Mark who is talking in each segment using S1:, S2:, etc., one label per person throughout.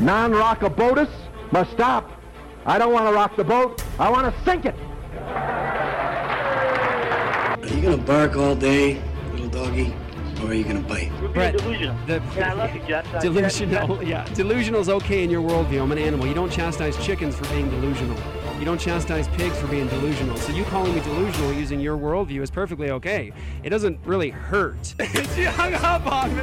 S1: Non-rock a boatus must stop. I don't want to rock the boat. I want to sink it.
S2: Are you gonna bark all day, little doggy, or are you gonna bite?
S3: Brett,
S4: delusional.
S3: the-
S4: yeah, I love you, Jeff. Uh,
S3: Delusional, yeah. Delusional is okay in your worldview. I'm an animal. You don't chastise chickens for being delusional. You don't chastise pigs for being delusional. So you calling me delusional using your worldview is perfectly okay. It doesn't really hurt. she hung up on me.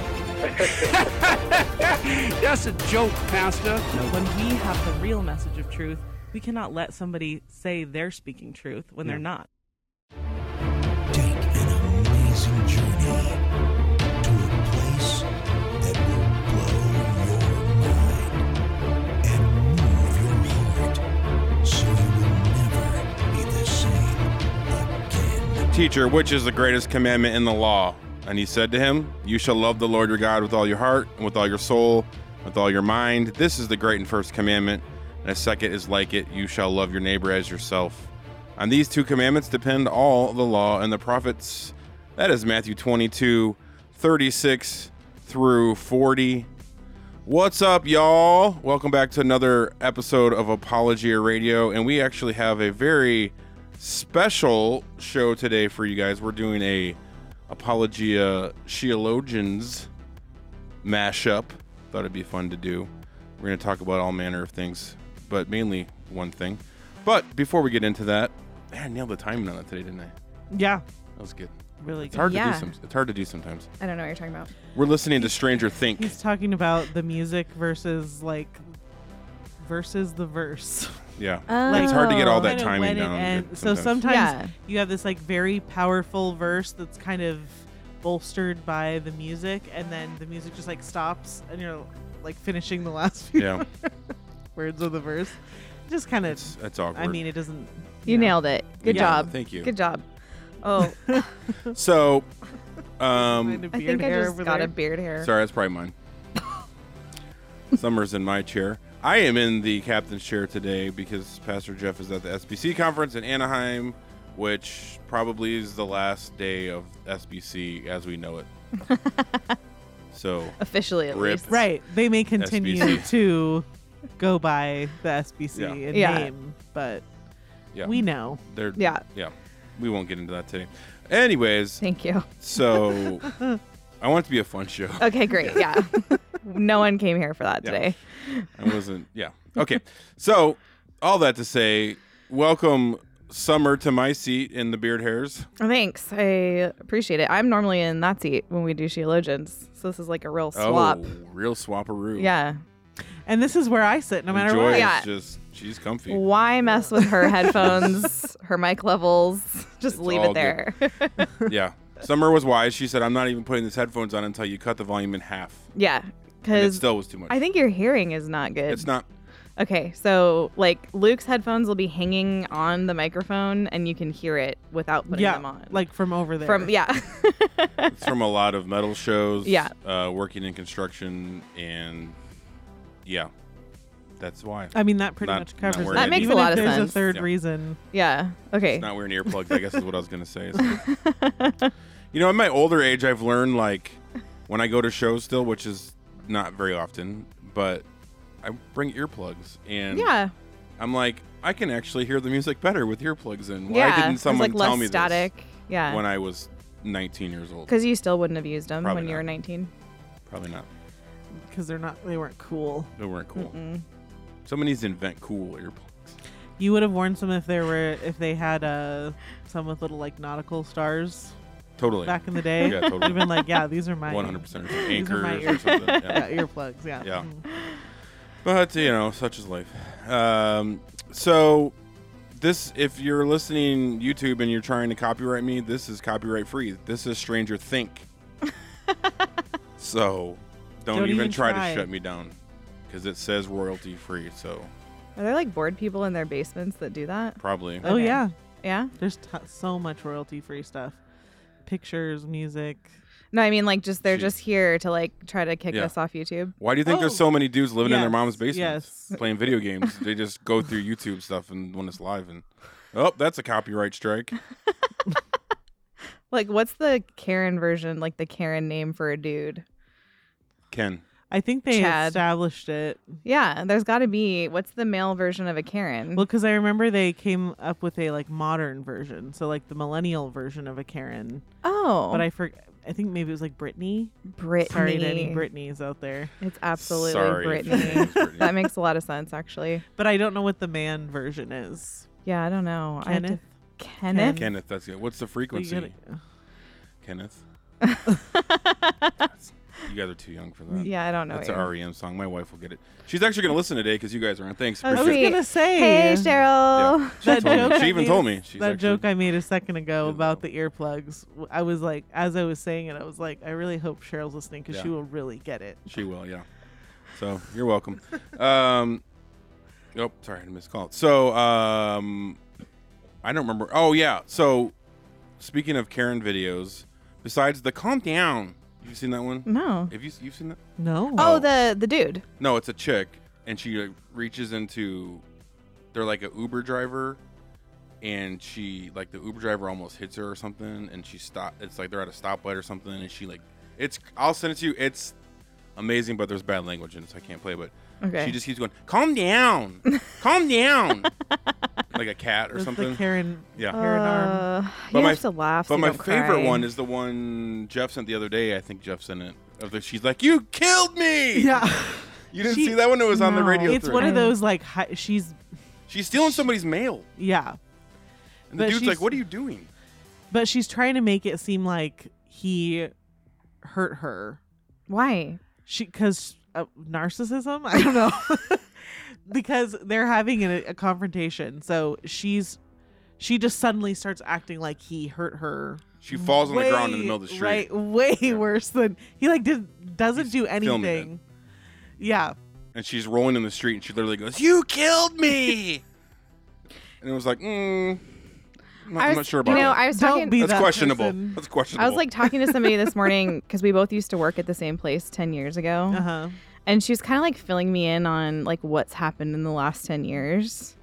S3: That's a joke, Pastor.
S5: When we have the real message of truth, we cannot let somebody say they're speaking truth when they're not.
S6: Take an amazing journey to a place that will blow your mind and move your heart so you will never be the same again.
S7: Teacher, which is the greatest commandment in the law? And he said to him, You shall love the Lord your God with all your heart, and with all your soul, with all your mind. This is the great and first commandment. And a second is like it you shall love your neighbor as yourself. On these two commandments depend all the law and the prophets. That is Matthew 22, 36 through 40. What's up, y'all? Welcome back to another episode of Apologia Radio. And we actually have a very special show today for you guys. We're doing a Apologia Sheologians mashup. Thought it'd be fun to do. We're going to talk about all manner of things, but mainly one thing. But before we get into that, man, I nailed the timing on that today, didn't I?
S5: Yeah.
S7: That was good.
S5: Really
S7: It's
S5: good.
S7: hard
S8: Yeah.
S7: to do some, It's hard to do sometimes.
S8: I don't know what you're talking about.
S7: We're listening to Stranger Think.
S5: He's talking about the music versus like versus the verse.
S7: Yeah.
S8: Oh.
S7: it's hard to get all that
S5: Kinda
S7: timing
S5: when it
S7: down.
S5: ends. So
S7: sometimes.
S5: sometimes
S8: Yeah.
S5: you have this like very powerful verse that's kind of bolstered by the music, and then the music just like stops, and you're like finishing the last few
S7: Yeah.
S5: words of the verse. Just kind of.
S7: It's, it's awkward.
S5: I mean, it doesn't.
S8: uh, You nailed it. Good
S7: Yeah,
S8: job.
S7: thank you.
S8: Good job. Oh,
S7: so,
S5: Kind
S7: um,
S5: of
S8: I
S5: beard
S8: think I
S5: hair
S8: just
S5: over
S8: got
S5: there.
S8: a beard hair.
S7: sorry, that's probably mine. Summer's in my chair. I am in the captain's chair today because Pastor Jeff is at the SBC conference in Anaheim, which probably is the last day of SBC as we know it. so,
S8: Officially, at
S7: Rip.
S8: least.
S5: Right. They may continue
S7: SBC.
S5: to go by the SBC
S7: Yeah.
S5: in
S8: Yeah.
S5: name, but
S7: yeah,
S5: we know.
S7: they're,
S8: Yeah.
S7: yeah, we won't get into that today. Anyways,
S8: Thank you.
S7: so I want it to be a fun show.
S8: Okay, great. Yeah. no one came here for that
S7: Yeah.
S8: today.
S7: I wasn't. Yeah. Okay. So all that to say, welcome summer to my seat in the beard hairs.
S8: Thanks. I appreciate it. I'm normally in that seat when we do Sheologians. So this is like a real swap.
S7: Oh, real swaparoo.
S8: Yeah.
S5: And this is where I sit no matter
S7: Enjoy
S5: what.
S7: is
S8: Yeah.
S7: just she's comfy.
S8: Why mess with her headphones, her mic levels? Just leave
S7: all
S8: it there.
S7: yeah. Summer was wise. She said, "I'm not even putting these headphones on until you cut the volume in half."
S8: yeah.
S7: And it
S8: Because
S7: still was too much.
S8: I think your hearing is not good.
S7: it's not.
S8: Okay, so like Luke's headphones will be hanging on the microphone and you can hear it without putting
S5: yeah.
S8: them on.
S5: Like from over there.
S8: from yeah.
S7: It's from a lot of metal shows.
S8: Yeah.
S7: Uh, working in construction and yeah, that's why.
S5: I mean that pretty
S7: Not-
S5: much
S7: not
S5: covers
S7: where
S5: it.
S7: That
S8: makes a
S5: Even
S8: lot
S5: if
S8: of
S5: there's a
S8: sense.
S5: third
S7: Yeah.
S5: reason.
S8: yeah. Okay.
S7: It's not wearing earplugs, I guess is what I was gonna say. So. you know, in my older age, I've learned like when I go to shows still, which is not very often, but I bring earplugs, and
S8: yeah.
S7: I'm like, I can actually hear the music better with earplugs in. Why
S8: yeah.
S7: didn't
S8: It's,
S7: someone
S8: like
S7: tell
S8: less
S7: me
S8: static.
S7: this when
S8: Yeah.
S7: I was 19 years old?
S8: Because you still wouldn't have used them
S7: Probably
S8: when you
S7: not.
S8: were 19.
S7: Probably not.
S5: Because they're not they weren't cool.
S7: They weren't cool. Someone needs to invent cool earplugs.
S5: You would have worn some if there were if they had uh some with little like nautical stars
S7: Totally.
S5: back in the day.
S7: Yeah, totally.
S5: You'd have been like, Yeah, these are my
S7: 100 percent
S5: These
S7: anchors
S5: are my
S7: or something. Yeah.
S5: yeah, earplugs, yeah.
S7: Yeah.
S5: Mm.
S7: But you know, such is life. Um, so this, if you're listening YouTube and you're trying to copyright me, this is copyright free. This is Stranger Think. so don't,
S5: Don't
S7: even
S5: even
S7: try,
S5: try.
S7: to shut me down because it says royalty free. So
S8: Are there like bored people in their basements that do that?
S7: probably.
S5: Oh
S8: Okay.
S5: yeah,
S8: Yeah.
S5: there's t- so much royalty-free stuff, pictures, music.
S8: No, I mean like just they're
S7: Jeez.
S8: just here to like try to kick
S7: Yeah.
S8: us off YouTube.
S7: Why do you think there's
S5: Oh.
S7: so many dudes living in their
S5: Yes,
S7: mom's basement
S5: yes.
S7: playing video games? they just go through YouTube stuff and when it's live and oh, that's a copyright strike.
S8: Like what's the Karen version? Like the Karen name for a dude?
S7: Ken,
S5: I think they
S8: Chad. Mm-hmm.
S5: established it.
S8: Yeah, there's got to be. What's the male version of a Karen?
S5: Well, because I remember they came up with a like modern version, so like the millennial version of a Karen.
S8: oh,
S5: But I for I think maybe it was like Brittany.
S8: Brittany.
S5: Sorry to any Brittnys out there.
S8: It's absolutely
S7: Sorry.
S8: Brittany.
S7: Brittany.
S8: that makes a lot of sense, actually.
S5: But I don't know what the man version is.
S8: Yeah, I don't know. I have to-
S5: Kenneth. Ken-
S8: Kenneth.
S7: Kenneth, that's it. What's the
S5: You
S7: frequency?
S5: gotta-
S7: Kenneth. You guys are too young for that.
S8: yeah, I don't know.
S7: That's
S8: what
S7: an
S8: you're-
S7: REM song. My wife will get it. She's actually going to listen today because you guys aren't. Thanks.
S5: I was
S7: Appreciate it.
S5: gonna say oh,
S8: Hey, Cheryl.
S7: Yeah. She,
S5: That
S7: told me.
S5: joke
S7: She
S5: I
S7: even
S5: made-
S7: told me. She's
S5: that
S7: actually-
S5: joke I made a second ago
S7: Didn't
S5: about
S7: know.
S5: the earplugs. w- I was like, as I was saying it, I was like, I really hope Cheryl's listening because she
S7: Yeah.
S5: will really get it.
S7: She will, yeah. So you're welcome. um, oh, sorry, I missed a call. So um, I don't remember. Oh yeah. So speaking of Karen videos, besides the calm down, you seen that one?
S8: No.
S7: Have you you've seen that?
S5: No.
S8: Oh, the the dude.
S7: No, it's a chick, and she like, reaches into. They're like a Uber driver, and she like the Uber driver almost hits her or something, and she stop. It's like they're at a stoplight or something, and she like it's. I'll send it to you. It's amazing, but there's bad language in it, so I can't play. But
S8: Okay.
S7: she just keeps going, calm down, calm down, like a cat or
S5: That's
S7: something.
S5: the Oh, Karen.
S7: yeah.
S5: Karen arm.
S8: Uh,
S7: But
S8: you
S7: my-
S8: have to laugh. so
S7: But
S8: you
S7: my
S8: don't
S7: favorite
S8: cry.
S7: one is the one Jeff sent the other day. I think Jeff sent it. Of the, she's like, you killed me.
S5: Yeah.
S7: You didn't
S5: She-
S7: see that one? It was on the
S8: No.
S7: radio.
S5: It's
S7: through.
S5: one of
S8: I-
S5: those like hi- she's
S7: She's stealing somebody's mail.
S5: yeah,
S7: And the
S5: But
S7: dude's
S5: she's-
S7: like, what are you doing?
S5: but she's trying to make it seem like he hurt her.
S8: Why?
S5: She because uh, narcissism. I don't know. because they're having a, a confrontation, so she's she just suddenly starts acting like he hurt her.
S7: She falls on the ground in the middle of the
S5: way-
S7: street.
S5: Right, way worse than he like did doesn't
S7: He's
S5: do
S7: filming it.
S5: anything. Yeah,
S7: And she's rolling in the street and she literally goes, you killed me. and it was like, mm, I'm not,
S8: I
S7: I'm
S8: was,
S7: not sure about
S8: You know,
S7: that.
S8: I was
S5: Don't
S8: talking.
S5: be
S7: That's
S5: that
S7: questionable.
S5: person.
S7: That's questionable.
S8: I was like talking to somebody this morning because we both used to work at the same place ten years ago,
S5: uh huh.
S8: and she was kind of like filling me in on like what's happened in the last ten years,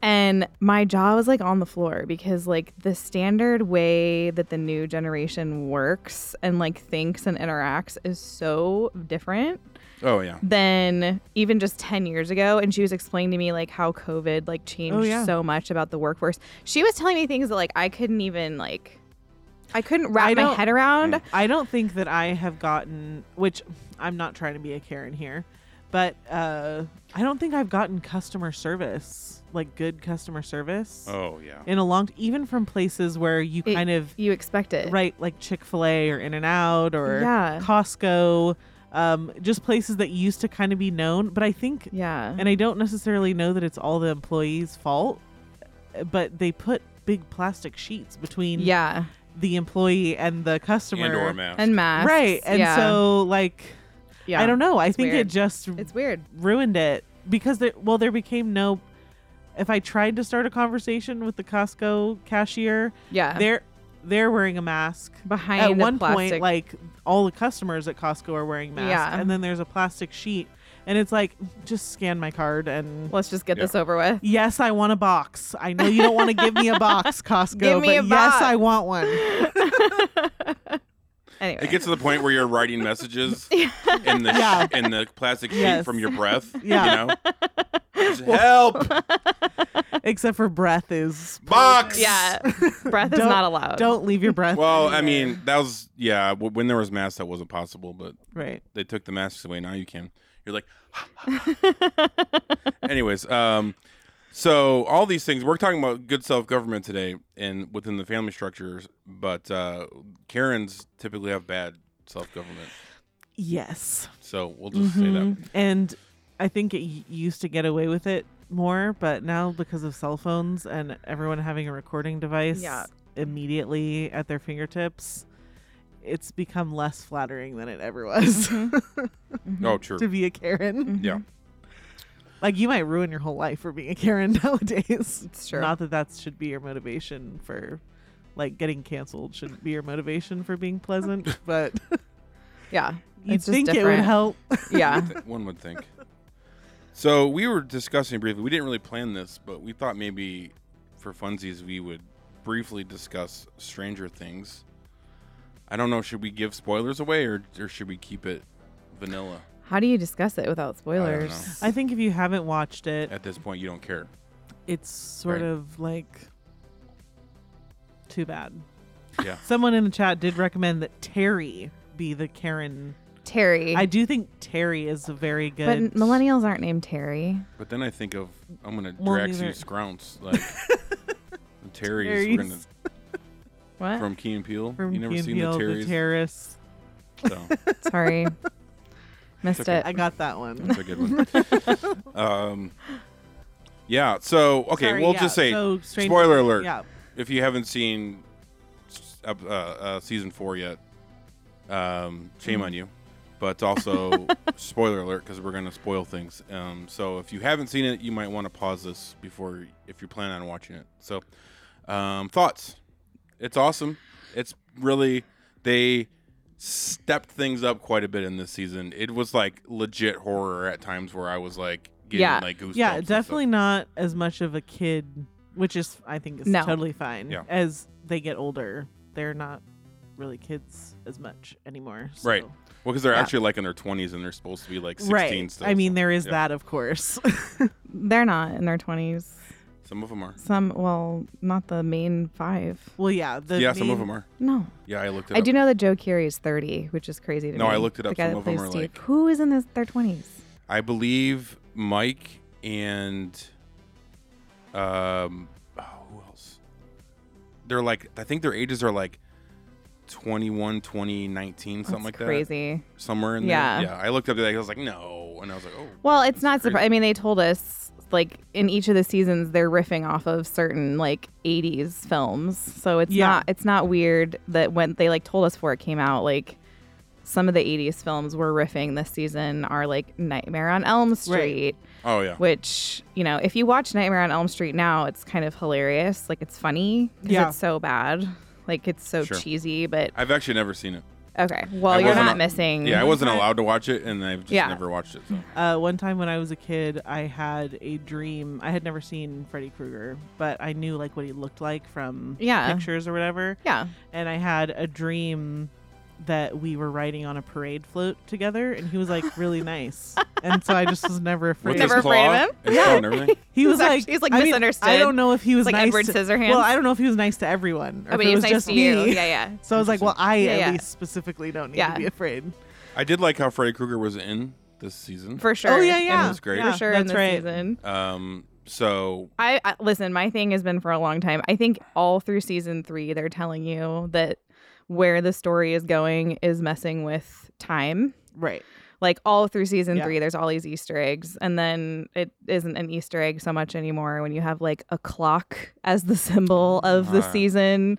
S8: and my jaw was like on the floor because like the standard way that the new generation works and like thinks and interacts is so different
S7: oh, yeah.
S8: than even just 10 years ago and she was explaining to me like how covid like changed
S5: Oh, yeah.
S8: so much about the workforce she was telling me things that like i couldn't even like i couldn't wrap
S5: I
S8: my
S5: don't-
S8: head around
S5: I don't think that I have gotten, which I'm not trying to be a Karen here, but uh, I don't think I've gotten customer service, like good customer service,
S7: Oh, yeah.
S5: in a long, even from places where you
S8: It-
S5: kind of
S8: you expect it
S5: right, like Chick Fil A or In and Out or
S8: Yeah.
S5: Costco, um, just places that used to kind of be known. But I think,
S8: yeah
S5: and I don't necessarily know that it's all the employees' fault, but they put big plastic sheets between
S8: yeah
S5: the employee and the customer
S7: And or mask.
S8: and masks
S5: right and
S8: yeah.
S5: so like
S8: yeah
S5: i don't know i think
S8: weird.
S5: it just
S8: it's weird
S5: ruined it because there well there became no if i tried to start a conversation with the costco cashier
S8: yeah
S5: they're they're wearing a mask
S8: behind
S5: at
S8: the
S5: one
S8: plastic.
S5: point like all the customers at costco are wearing masks
S8: Yeah.
S5: and then there's a plastic sheet and it's like just scan my card and
S8: let's just get
S7: Yeah.
S8: this over with
S5: Yes, I want a box. I know you don't want to give me a box, Costco,
S8: Give me
S5: but
S8: a
S5: yes, I
S8: box.
S5: want one.
S8: anyway
S7: It gets to the point where you're writing messages in the
S5: Yeah.
S7: in the plastic sheet
S5: Yes.
S7: from your breath.
S5: Yeah.
S7: You know, Just help
S5: Except for breath is
S7: box.
S8: yeah breath is
S5: Don't-
S8: not allowed
S5: Don't leave your breath.
S7: Well, I mean, that was yeah. w- When there was masks, that wasn't possible, but
S5: right.
S7: they took the masks away. Now you can. You're like. Anyways, um, so all these things we're talking about good self government today and within the family structures, but uh, Karens typically have bad self government.
S5: Yes.
S7: So we'll just say that.
S5: Mhm. And I think it y- used to get away with it more, but now because of cell phones and everyone having a recording device
S8: Yeah.
S5: immediately at their fingertips, it's
S8: Mm-hmm.
S5: become less flattering than it ever was
S7: Oh, true.
S5: to be a Karen.
S7: Yeah.
S5: Like you might ruin your whole life for being a Karen nowadays.
S8: It's true.
S5: Not that that should be your motivation for, like, getting canceled shouldn't be your motivation for being pleasant, but
S8: yeah.
S5: you
S8: it's just
S5: think it would
S8: different.
S5: help.
S8: Yeah.
S7: One would think. So we were discussing briefly. We didn't really plan this, but we thought maybe for funsies we would briefly discuss Stranger Things. I don't know. Should we give spoilers away, or, or should we keep it vanilla?
S8: How do you discuss it without spoilers?
S5: I think if you haven't watched it,
S7: At this point, you don't care.
S5: it's sort
S7: Right.
S5: of like too bad.
S7: Yeah.
S5: Someone in the chat did recommend that Terry be the Karen.
S8: Terry.
S5: I do think Terry is a very good.
S8: but millennials aren't named Terry.
S7: But then I think of I'm gonna
S5: Well,
S7: Drax you
S5: neither-
S7: Scrounce like Terry's. We're gonna
S5: Terry's.
S8: What?
S7: from Key and Peele.
S5: From
S7: you never
S5: Key and
S7: seen
S5: Peele,
S7: the Terry's?
S5: Terrace.
S7: so
S8: Sorry. Missed
S7: okay.
S8: it.
S5: I got that one.
S7: that's a good one. um, yeah. So okay,
S5: Sorry,
S7: we'll
S5: yeah,
S7: just say
S5: so Stranger-
S7: spoiler alert.
S5: Yeah.
S7: if you haven't seen s- uh, uh, uh, season four yet, um, shame
S5: Mm-hmm.
S7: on you. But also, spoiler alert, because we're going to spoil things. Um, so if you haven't seen it, you might want to pause this before if you plan on watching it. So, um, thoughts? It's awesome. It's really they stepped things up quite a bit in this season. It was like legit horror at times where I was like getting
S8: Yeah.
S7: like goosebumps.
S5: Yeah,
S7: and stuff.
S5: definitely not as much of a kid, which is I think is
S8: No.
S5: totally fine.
S7: Yeah.
S5: As they get older, they're not really kids as much anymore. so-
S7: Right. Well, because they're
S8: Yeah.
S7: actually like in their twenties and they're supposed to be like sixteen.
S5: Right.
S7: Still,
S5: I mean,
S7: so-
S5: there is
S7: yeah.
S5: that, of course.
S8: They're not in their 20s.
S7: Some of them are.
S8: Some, well, not the main five.
S5: well, yeah. The
S7: yeah, some of
S5: main-
S7: them are.
S8: No.
S7: Yeah, I looked it
S8: I
S7: up.
S8: do know that Joe Curie is 30, which is crazy to
S7: No,
S8: me.
S7: I looked it up.
S8: The guy
S7: Some of
S8: that
S7: 'em
S8: plays
S7: are
S8: Steve.
S7: like-
S8: Who is in this, their 20s?
S7: I believe Mike and um, oh, who else? They're like, I think their ages are like 21, 20, 19, something
S8: That's
S7: like that.
S8: crazy.
S7: Somewhere in
S8: Yeah.
S7: there. Yeah. I looked up that. I was like, no, and I was like, oh.
S8: Well, it's not
S7: crazy.
S8: surprising. I mean, they told us like in each of the seasons they're riffing off of certain like 80s films. So it's
S5: Yeah.
S8: not it's not weird that when they like told us before it came out like some of the 80s films we're riffing this season are like Nightmare on Elm Street,
S7: Oh yeah.
S8: which, you know, if you watch Nightmare on Elm Street now, it's kind of hilarious. Like it's funny 'cause
S5: Yeah.
S8: it's so bad. Like it's so
S7: Sure.
S8: cheesy, but
S7: I've actually never seen it.
S8: okay. Well,
S7: I
S8: you're
S7: wasn't
S8: not
S7: a-
S8: missing.
S7: Yeah, I wasn't allowed to watch it, and I've just
S8: Yeah.
S7: never watched it. So.
S5: Uh, one time when I was a kid, I had a dream. I had never seen Freddy Krueger, but I knew like what he looked like from
S8: Yeah.
S5: pictures or whatever.
S8: Yeah.
S5: And I had a dream that we were riding on a parade float together, and he was like really nice. And so I just was never
S7: With
S5: afraid.
S8: Never
S7: his
S8: afraid of
S7: claw,
S8: him?
S7: his claw and everything.
S5: he was like
S8: He's like
S5: I mean,
S8: misunderstood.
S5: I don't know if he was
S8: like
S5: nice
S8: Edward
S5: to,
S8: Scissorhands.
S5: Well, I don't know if he was nice to everyone. Or
S8: I
S5: if
S8: mean,
S5: it
S8: it's
S5: was
S8: nice
S5: just
S8: to you.
S5: me.
S8: Yeah, yeah.
S5: So I was like, well, I
S8: Yeah,
S5: at
S8: yeah.
S5: least specifically don't need
S8: Yeah.
S5: to be afraid.
S7: I did like how Freddy Krueger was in this season.
S8: For sure.
S5: Oh yeah,
S8: In
S5: yeah,
S7: was great.
S5: Yeah,
S8: for sure in
S5: That's
S8: this
S5: right.
S8: season.
S7: Um. So
S8: I, I listen. My thing has been for a long time. I think all through season three, they're telling you that where the story is going is messing with time.
S5: Right.
S8: Like all through season
S5: Yeah.
S8: three, there's all these Easter eggs, and then it isn't an Easter egg so much anymore when you have like a clock as the symbol of the
S7: Ah.
S8: season.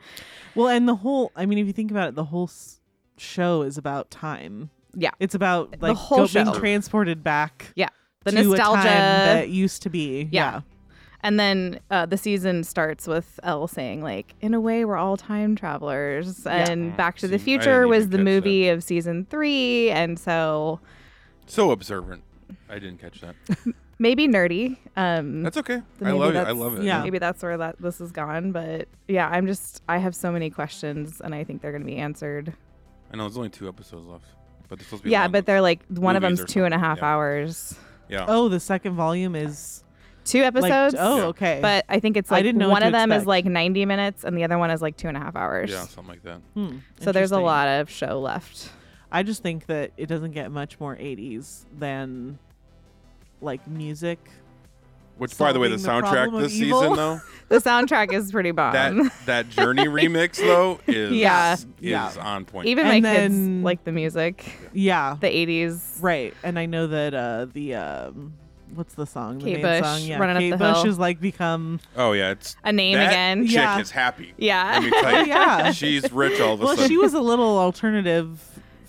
S5: Well, and the whole, I mean, if you think about it, the whole s- show is about time.
S8: Yeah.
S5: It's about like
S8: whole
S5: go-
S8: show.
S5: being transported back
S8: Yeah, the
S5: to a
S8: nostalgia
S5: time that used to be.
S8: Yeah. And then uh, the season starts with Elle saying, like, in a way, we're all time travelers. And Back to the
S7: See, I didn't
S8: Future
S7: even
S8: was the
S7: catch
S8: movie of season three. And so
S7: so observant. I didn't catch that.
S8: maybe nerdy. Um,
S7: That's okay.
S8: Then
S7: I
S8: maybe
S7: love it. I
S8: that's-
S7: love it.
S5: yeah.
S8: Maybe that's where that this is gone. But yeah, I'm just, I have so many questions and I think they're going to be answered.
S7: I know there's only two episodes left, but they're supposed to be.
S8: Yeah,
S7: long
S8: but they're like, one of
S7: movies
S8: them's
S7: or
S8: two and a
S7: something,
S8: half
S7: yeah.
S8: hours.
S7: Yeah.
S5: Oh, the second volume is
S8: Two episodes.
S5: like, oh,
S7: Yeah.
S5: okay.
S8: But I think it's
S5: I
S8: like
S5: didn't know what
S8: one
S5: to
S8: of them is
S5: expect.
S8: like 90 minutes and the other one is like two and a half hours.
S7: Yeah, something like that.
S5: Hmm,
S8: So there's a
S5: interesting.
S8: lot of show left.
S5: I just think that it doesn't get much more 80s than like music.
S7: Which, by the way, the
S5: Solving the problem
S7: soundtrack
S5: of
S7: this
S5: evil.
S7: season though,
S8: The soundtrack is pretty bomb.
S7: that that Journey remix though is
S8: Um, Yeah.
S7: is
S5: Yeah.
S7: on point.
S8: Even
S5: And
S8: my
S5: then-
S8: kids like the music.
S5: Yeah.
S8: The 80s.
S5: Right. And I know that uh the um what's the song? The main
S8: Kate Bush,
S5: song. Yeah.
S8: Running Up
S5: Kate
S8: the
S5: Bush
S8: Hill.
S5: has like become
S7: oh yeah, it's
S8: A name
S7: that
S8: again.
S7: Chick
S5: Yeah.
S7: is happy.
S8: Yeah.
S7: Let me tell you.
S5: yeah.
S7: She's rich all of a
S5: Well,
S7: sudden.
S5: she was a little alternative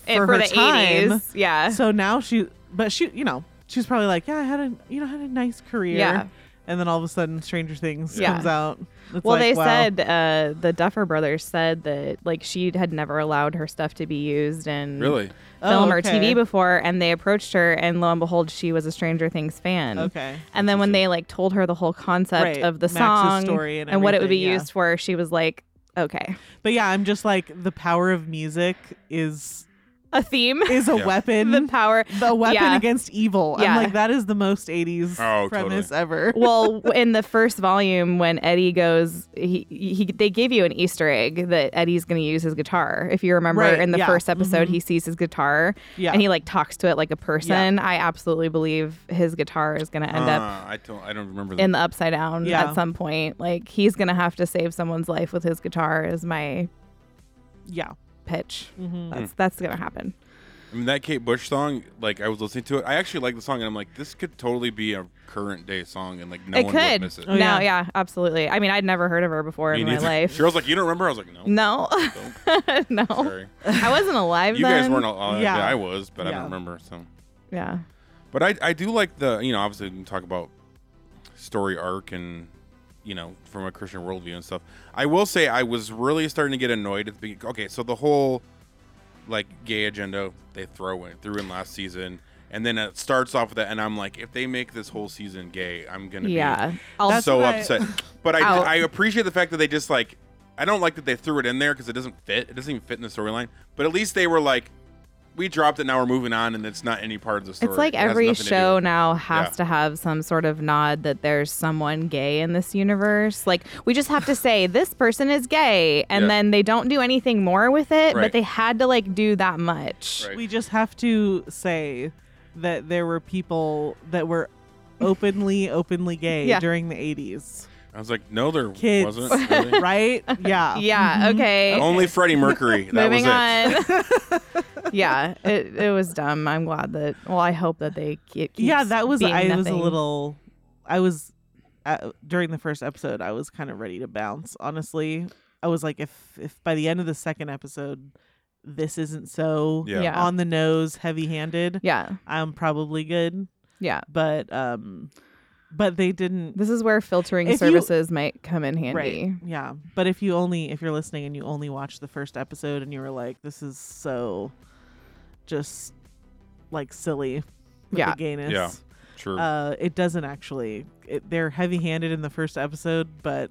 S8: And
S5: for, her
S8: eh, the
S5: time.
S8: 80s. Yeah.
S5: So now she but she you know, she was probably like, "Yeah, I had a you know I had a nice career."
S8: Yeah.
S5: And then all of a sudden, Stranger Things
S8: Yeah.
S5: comes out. It's
S8: well,
S5: like,
S8: they
S5: wow.
S8: said uh, the Duffer Brothers said that like she had never allowed her stuff to be used in
S7: Really?
S8: film
S5: Oh,
S8: or TV
S5: okay.
S8: before, and they approached her, and lo and behold, she was a Stranger Things fan.
S5: Okay.
S8: And then when they like told her the whole concept
S5: Right,
S8: of the
S5: Max's
S8: song
S5: story and
S8: what it would be
S5: everything, yeah.
S8: used for, she was like, "Okay,
S5: But yeah, I'm just like the power of music is
S8: a theme,
S5: is a
S7: Yeah.
S5: weapon.
S8: the power,
S5: the weapon
S8: Yeah.
S5: against evil.
S8: Yeah.
S5: I'm like that is the most 80s
S7: Oh,
S5: premise ever.
S8: well, in the first volume, when Eddie goes, he, he they give you an Easter egg that Eddie's going to use his guitar. If you remember,
S5: Right,
S8: in the
S5: yeah. Mm-hmm.
S8: first episode, he sees his guitar
S5: Yeah.
S8: and he like talks to it like a person. I absolutely believe his guitar is going to end up
S7: Uh, I don't. I don't remember that.
S8: in the upside down
S5: Yeah.
S8: at some point. Like he's going to have to save someone's life with his guitar. Is my
S5: yeah.
S8: pitch.
S5: Mhm.
S8: That's
S7: Hmm.
S8: that's going to happen.
S7: I mean, that Kate Bush song. Like I was listening to it. I actually like the song, and I'm like, this could totally be a current day song, and like no
S8: it
S7: one
S8: could.
S7: would miss it.
S8: No,
S5: Oh,
S8: yeah.
S5: yeah.
S8: absolutely. I mean, I'd never heard of her before
S7: Me
S8: in my
S7: neither.
S8: life.
S7: Cheryl's like, you don't remember? I was like, no.
S8: No, no,
S7: Sorry.
S8: I wasn't alive
S7: You
S8: then.
S7: guys weren't all. uh,
S5: Yeah.
S7: Yeah. I was, but I
S5: Yeah.
S7: don't remember. So.
S8: Yeah.
S7: But I, I do like the you know obviously we can talk about story arc and you know from a Christian worldview and stuff. I will say I was really starting to get annoyed at the beginning. Okay, so the whole like gay agenda they throw in threw in last season, and then it starts off with that, and I'm like, if they make this whole season gay, I'm gonna
S8: Yeah.
S7: be
S8: I'll-
S7: so
S5: what I-
S7: upset. But I
S8: Out.
S7: I appreciate the fact that they just like I don't like that they threw it in there because it doesn't fit. It doesn't even fit in the storyline. But at least they were like. We dropped it. Now we're moving on, and it's not any part of the story.
S8: It's like
S7: It has
S8: every
S7: nothing to do
S8: show
S7: with it.
S8: now has
S7: Yeah.
S8: to have some sort of nod that there's someone gay in this universe. Like we just have to say this person is gay and
S7: Yeah.
S8: then they don't do anything more with it, but
S7: Right.
S8: they had to like do that much.
S7: Right.
S5: We just have to say that there were people that were openly openly gay
S8: Yeah.
S5: during the 80s.
S7: I was like, no, there
S5: Kids.
S7: wasn't. Really.
S5: Right? Yeah.
S8: Yeah,
S5: Mm-hmm.
S8: okay.
S7: Only Freddie Mercury. That
S8: Moving
S7: was it.
S8: on. yeah, it, it was dumb. I'm glad that well, I hope that they keep
S5: Yeah, that was I was a
S8: nothing.
S5: little I was uh, during the first episode I was kind of ready to bounce, honestly. I was like if if by the end of the second episode this isn't so
S7: Yeah.
S8: Yeah.
S5: on the nose, heavy-handed,
S8: Yeah.
S5: I'm probably good,
S8: Yeah.
S5: but um but they didn't
S8: This is where filtering
S5: If you-
S8: services might come in handy.
S5: Right. Yeah. But if you only if you're listening and you only watch the first episode and you were like, this is so just like silly with
S8: Yeah.
S5: the gayness.
S7: Yeah. True.
S5: Uh it doesn't actually it, they're heavy handed in the first episode, but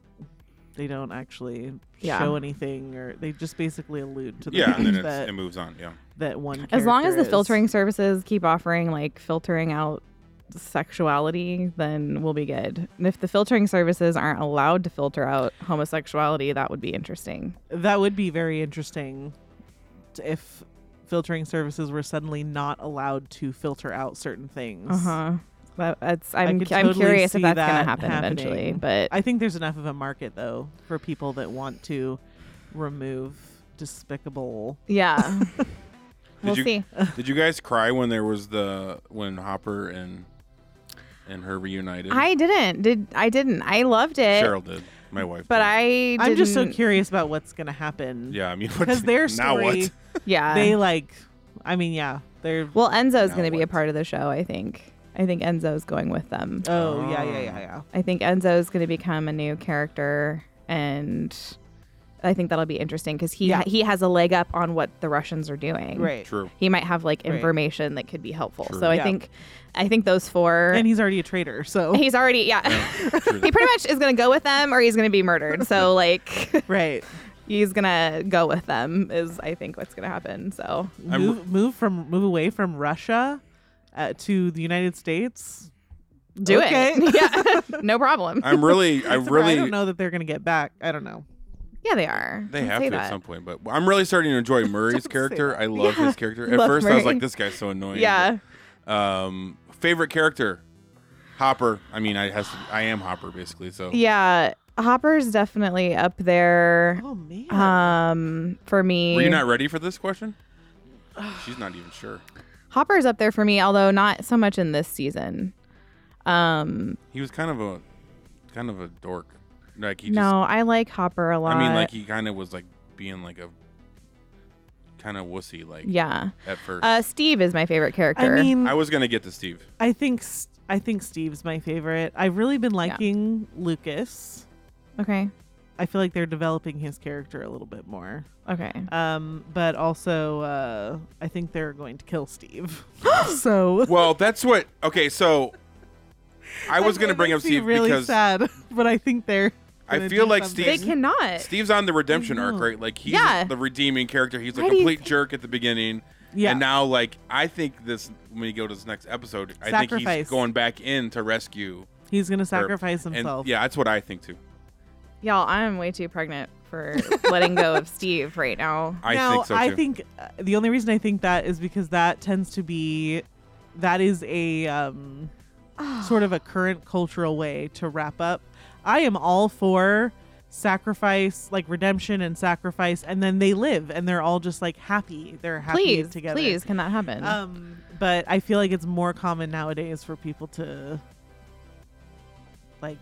S5: they don't actually
S8: Yeah.
S5: show anything or they just basically allude to the
S7: yeah,
S5: fact
S7: and then
S5: that,
S7: it's, it moves on. Yeah.
S5: that one
S8: As long as
S5: character
S8: the
S5: is-
S8: filtering services keep offering like filtering out sexuality, then we'll be good. And if the filtering services aren't allowed to filter out homosexuality, that would be interesting.
S5: that would be very interesting t- if filtering services were suddenly not allowed to filter out certain things.
S8: Uh huh. But it's,
S5: I
S8: I'm,
S5: could
S8: I'm
S5: totally
S8: curious
S5: see
S8: if that's going
S5: that
S8: to happen eventually.
S5: happening.
S8: But
S5: I think there's enough of a market though for people that want to remove despicable.
S8: yeah, we'll
S7: you,
S8: see.
S7: Did you guys cry when there was the when Hopper and and her reunited?
S8: I didn't. Did I didn't. I loved it.
S7: Cheryl did. My wife.
S8: But
S7: did.
S8: I didn't,
S5: I'm just so curious about what's going to happen.
S7: Yeah, I mean, what-
S5: Because their
S7: now
S5: story,
S7: what?
S8: Yeah.
S5: they like, I mean, yeah, they're.
S8: well, Enzo's
S7: Now
S8: going to be a
S7: what?
S8: part of the show. I think. I think Enzo's going with them.
S5: Oh, yeah, yeah, yeah, yeah.
S8: I think Enzo is going to become a new character, and I think that'll be interesting because he
S5: Yeah.
S8: he has a leg up on what the Russians are doing.
S5: Right.
S7: True.
S8: He might have like
S5: Right.
S8: information that could be helpful. So I
S5: Yeah.
S8: think I think those four.
S5: And he's already a traitor, so.
S8: He's already yeah. he pretty much is going to go with them, or he's going to be murdered. So like
S5: right.
S8: he's going to go with them is I think what's going to happen. So
S7: I'm-
S5: Move, move from move away from Russia uh, to the United States.
S8: do
S5: Okay.
S8: it. Yeah. no problem.
S7: I'm really, I
S5: That's where I
S7: really.
S5: don't know that they're gonna get back. I don't know.
S8: yeah, they are.
S7: They
S8: Don't
S7: have
S8: say
S7: to
S8: that.
S7: at some point, but I'm really starting to enjoy Murray's character. I love his character. At
S8: love
S7: first, I was
S8: Murray.
S7: like, this guy's so annoying.
S8: Yeah.
S7: but, um, favorite character, Hopper. I mean, I has, I am Hopper basically. So
S8: Yeah. Hopper's definitely up there.
S5: Oh man.
S8: Um, for me,
S7: Were you not ready for this question? She's not even sure.
S8: Hopper's up there for me, although not so much in this season. Um,
S7: He was kind of a kind of a dork. Like he
S8: no, I like Hopper a
S7: just
S8: lot.
S7: I mean like he kind of was like being like a kind of wussy like
S8: Yeah.
S7: at first.
S8: Uh, Steve is my favorite character.
S5: I mean,
S7: I was gonna get to Steve.
S5: I think S- I think Steve's my favorite. I've really been liking Lucas.
S8: okay.
S5: I feel like they're developing his character a little bit more.
S8: Okay.
S5: Um, but also, uh, I think they're going to kill Steve. so
S7: Well, that's what. Okay, so I was gonna
S5: That
S7: bring up
S5: makes me
S7: Steve
S5: really
S7: because
S5: sad, but I think they're.
S7: I
S5: gonna
S7: feel
S5: do
S7: like
S5: something.
S8: they
S7: Steve's-
S8: cannot.
S7: Steve's on the redemption
S5: know.
S7: arc, right? Like he's
S8: Yeah.
S7: the redeeming character. He's a
S8: Why do you
S7: complete
S8: think-
S7: jerk at the beginning.
S5: Yeah.
S7: And now, like, I think this when you go to this next episode, I think he's
S5: Sacrifice.
S7: going back in to rescue.
S5: He's gonna
S7: her.
S5: sacrifice
S7: And,
S5: himself.
S7: yeah, that's what I think too.
S8: Y'all, I'm way too pregnant for letting go of Steve right now.
S7: I
S5: now,
S7: think so too.
S5: I think uh, the only reason I think that is because that tends to be, that is a um, sort of a current cultural way to wrap up. I am all for sacrifice, like redemption and sacrifice, and then they live and they're all just like happy. They're happy
S8: Please,
S5: together.
S8: please, can that happen?
S5: Um, but I feel like it's more common nowadays for people to like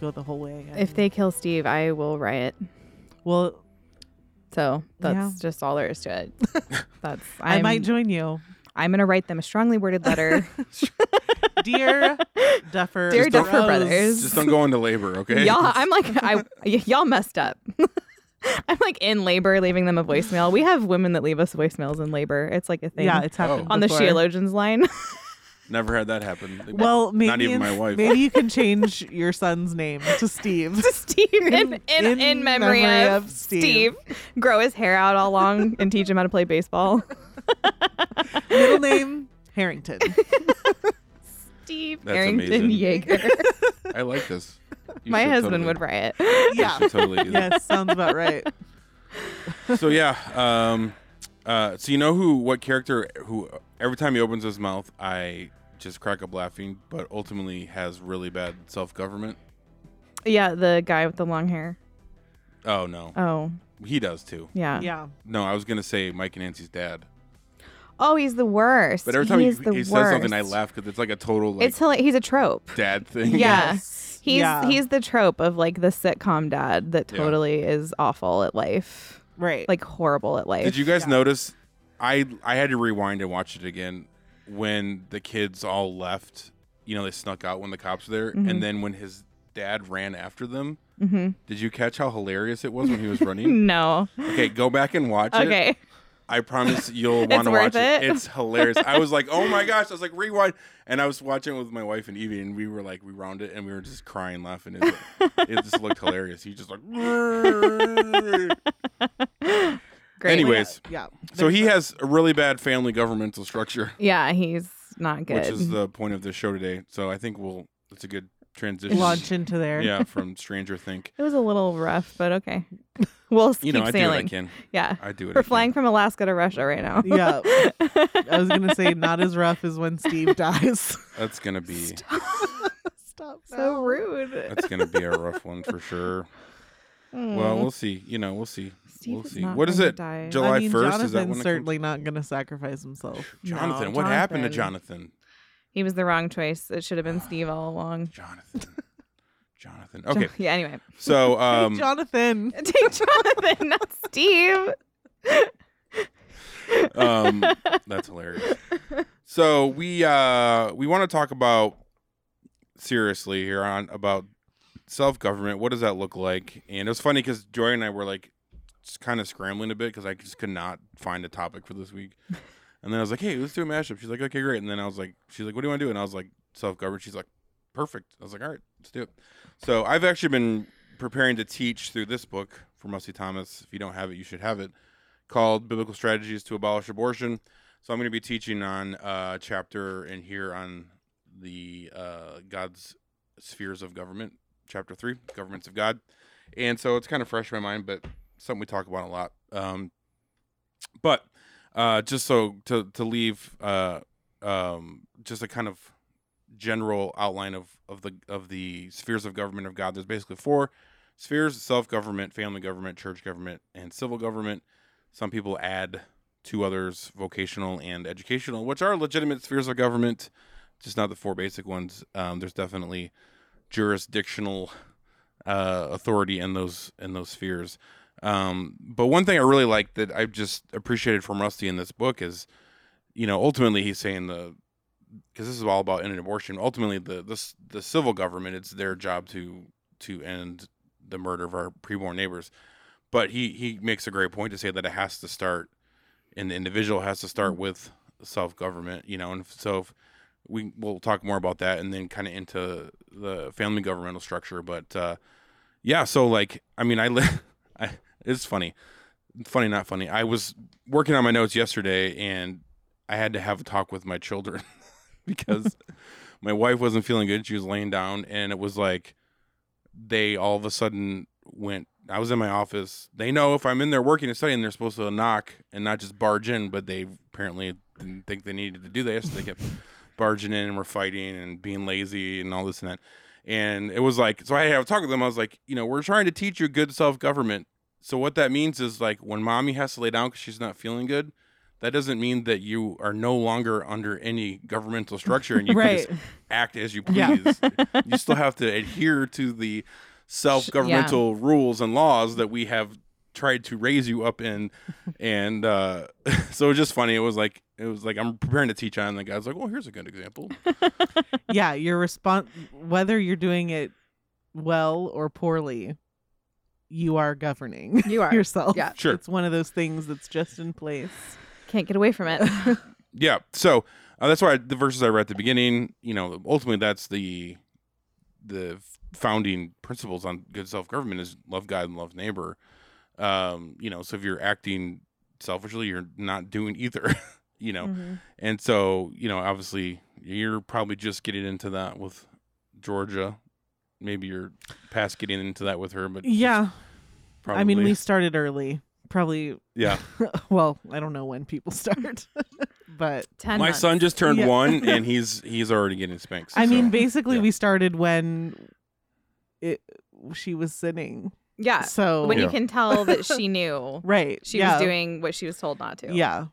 S5: go the whole way.
S8: if
S5: and-
S8: they kill Steve, I will riot.
S5: well,
S8: So that's
S5: Yeah.
S8: just all there is to it. that's
S5: i
S8: I'm,
S5: might join you,
S8: I'm gonna write them a strongly worded letter.
S5: dear Duffer.
S8: Dear
S5: Bros.
S8: Duffer Brothers.
S7: just don't go into labor, okay?
S8: y'all, I'm like, I y- y'all messed up. I'm like in labor, leaving them a voicemail. We have women that leave us voicemails in labor. It's like a thing.
S5: Yeah, it's
S7: Oh.
S5: happened
S8: on the
S5: before.
S8: Sheologians line.
S7: Never had that happen. Like,
S5: Well, maybe
S7: not even my wife.
S5: Maybe you can change your son's name to Steve.
S8: Steve in, in, in,
S5: in
S8: memory,
S5: memory
S8: of,
S5: of
S8: Steve.
S5: Steve.
S8: Grow his hair out all long and teach him how to play baseball.
S5: Middle name Harrington.
S8: Steve
S7: That's
S8: Harrington
S7: amazing.
S8: Yeager.
S7: I like this. You
S8: My
S7: should
S8: husband
S7: totally-
S8: would riot.
S5: Yeah.
S7: you should totally do that.
S5: yes, sounds about right.
S7: So yeah, um, uh, so you know who, what character who every time he opens his mouth, I just crack up laughing, but ultimately has really bad self government.
S8: Yeah, the guy with the long hair.
S7: Oh no,
S8: Oh,
S7: he does too.
S8: yeah.
S5: Yeah.
S7: No, I was gonna say Mike and Nancy's dad,
S8: Oh, he's the worst.
S7: but every time he,
S8: is the
S7: he says something, I
S8: worst.
S7: laugh because it's like a total like
S8: It's hilarious. He's a trope.
S7: dad thing.
S8: Yeah.
S5: Yes.
S8: He's
S5: Yeah.
S8: he's the trope of like the sitcom dad that
S7: Yeah.
S8: totally is awful at life,
S5: Right.
S8: like horrible at life.
S7: Did you guys notice? I I had to rewind and watch it again when the kids all left. You know, they snuck out when the cops were there, and then when his dad ran after them.
S8: Mhm.
S7: Did you catch how hilarious it was when he was running?
S8: No.
S7: okay, go back and watch it.
S8: Okay.
S7: I promise you'll want to watch
S8: worth
S7: it.
S8: it.
S7: It's hilarious. I was like, oh my gosh. I was like, rewind. And I was watching it with my wife and Evie, and we were like, we round it and we were just crying, laughing. It, it just looked hilarious. He just like,
S8: Great.
S7: anyways.
S5: yeah.
S7: So he has a really bad family governmental structure,
S8: Yeah, he's not good.
S7: which is the point of this show today. So I think we'll, it's a good transition.
S5: Launch into there.
S7: Yeah, from Stranger Think.
S8: It was a little rough, but okay. We'll
S7: You
S8: keep
S7: know, I do what I
S8: sailing.
S7: can.
S8: Yeah.
S7: I do it.
S8: We're flying from Alaska to Russia right now.
S5: Yeah. I was gonna say not as rough as when Steve dies.
S7: That's gonna be
S5: Stop.
S8: so rude.
S7: that's gonna be a rough one for sure. Well, we'll see. You know, we'll see.
S8: Mm. Mm-hmm. Steve
S7: we'll
S8: is
S7: see.
S8: not
S7: What is
S8: going to
S7: it?
S8: die.
S7: July
S5: I mean,
S7: first
S5: Jonathan's
S7: is that when it
S5: certainly not gonna sacrifice himself.
S7: comes? Jonathan, what happened to Jonathan?
S8: he was the wrong choice. It should have been Steve all along.
S7: Jonathan. Jonathan. Okay.
S8: Yeah, anyway.
S7: So um
S5: Jonathan.
S8: Take Jonathan, not Steve.
S7: um that's hilarious. So we uh we want to talk about seriously here on about self government. What does that look like? And it was funny because Joy and I were like just kind of scrambling a bit because I just could not find a topic for this week. And then I was like, hey, let's do a mashup. She's like, okay, great. And then I was like, she's like, what do you want to do? And I was like, self government. She's like, perfect. I was like, all right, let's do it. So I've actually been preparing to teach through this book from Musty Thomas. If you don't have it, you should have it called Biblical Strategies to Abolish Abortion. So I'm going to be teaching on a chapter in here on the uh, God's spheres of government, chapter three, governments of God. And so it's kind of fresh in my mind, but something we talk about a lot. Um, but uh, just so to to leave uh, um, just a kind of general outline of of the of the spheres of government of God. There's basically four spheres: self government, family government, church government, and civil government. Some people add two others: vocational and educational, which are legitimate spheres of government, just not the four basic ones. Um, there's definitely jurisdictional uh, authority in those in those spheres. Um, but one thing I really like that I've just appreciated from Rusty in this book is, you know, ultimately he's saying the because this is all about ending abortion. Ultimately, the this the civil government it's their job to to end the murder of our preborn neighbors. But he he makes a great point to say that it has to start, and the individual has to start with self government. You know, and so if we we'll talk more about that and then kind of into the family governmental structure. But uh, yeah, so like I mean I live. I, it's funny, funny not funny. I was working on my notes yesterday and I had to have a talk with my children because my wife wasn't feeling good. She was laying down, and it was like they all of a sudden went. I was in my office. They know if I'm in there working and studying, they're supposed to knock and not just barge in, but they apparently didn't think they needed to do that. So they kept barging in and were fighting and being lazy and all this and that. And it was like, so I had a talk with them. I was like, you know, we're trying to teach you good self government. So what that means is like when mommy has to lay down because she's not feeling good, that doesn't mean that you are no longer under any governmental structure and you can
S8: Right.
S7: just act as you please. you still have to adhere to the self governmental rules and laws that we have tried to raise you up in. And uh, so it was just funny. It was like it was like I'm preparing to teach on. The guy's like, "Well, here's a good example."
S5: yeah, your response, whether you're doing it well or poorly, you are governing
S8: You are.
S5: yourself.
S8: Yeah.
S7: Sure.
S5: It's one of those things that's just in place.
S8: Can't get away from it.
S7: Yeah. So uh, that's why the verses I read at the beginning, you know, ultimately that's the the founding principles on good self government is love God and love neighbor. Um, you know, so if you're acting selfishly, you're not doing either. you know, and so you know, obviously, you're probably just getting into that with Georgia. Maybe you're past getting into that with her, but she's
S5: Yeah.
S7: probably,
S5: I mean, we started early. Probably,
S7: yeah.
S5: well, I don't know when people start, but
S8: Ten.
S7: My
S8: months.
S7: son just turned
S5: Yeah.
S7: one, and he's he's already getting spanked.
S5: I mean,
S7: so,
S5: basically,
S7: yeah.
S5: we started when it she was sinning.
S8: Yeah.
S5: So
S8: Uh, When you
S7: Yeah.
S8: can tell that she knew
S5: right,
S8: she
S5: yeah,
S8: was doing what she was told not to.
S5: Yeah.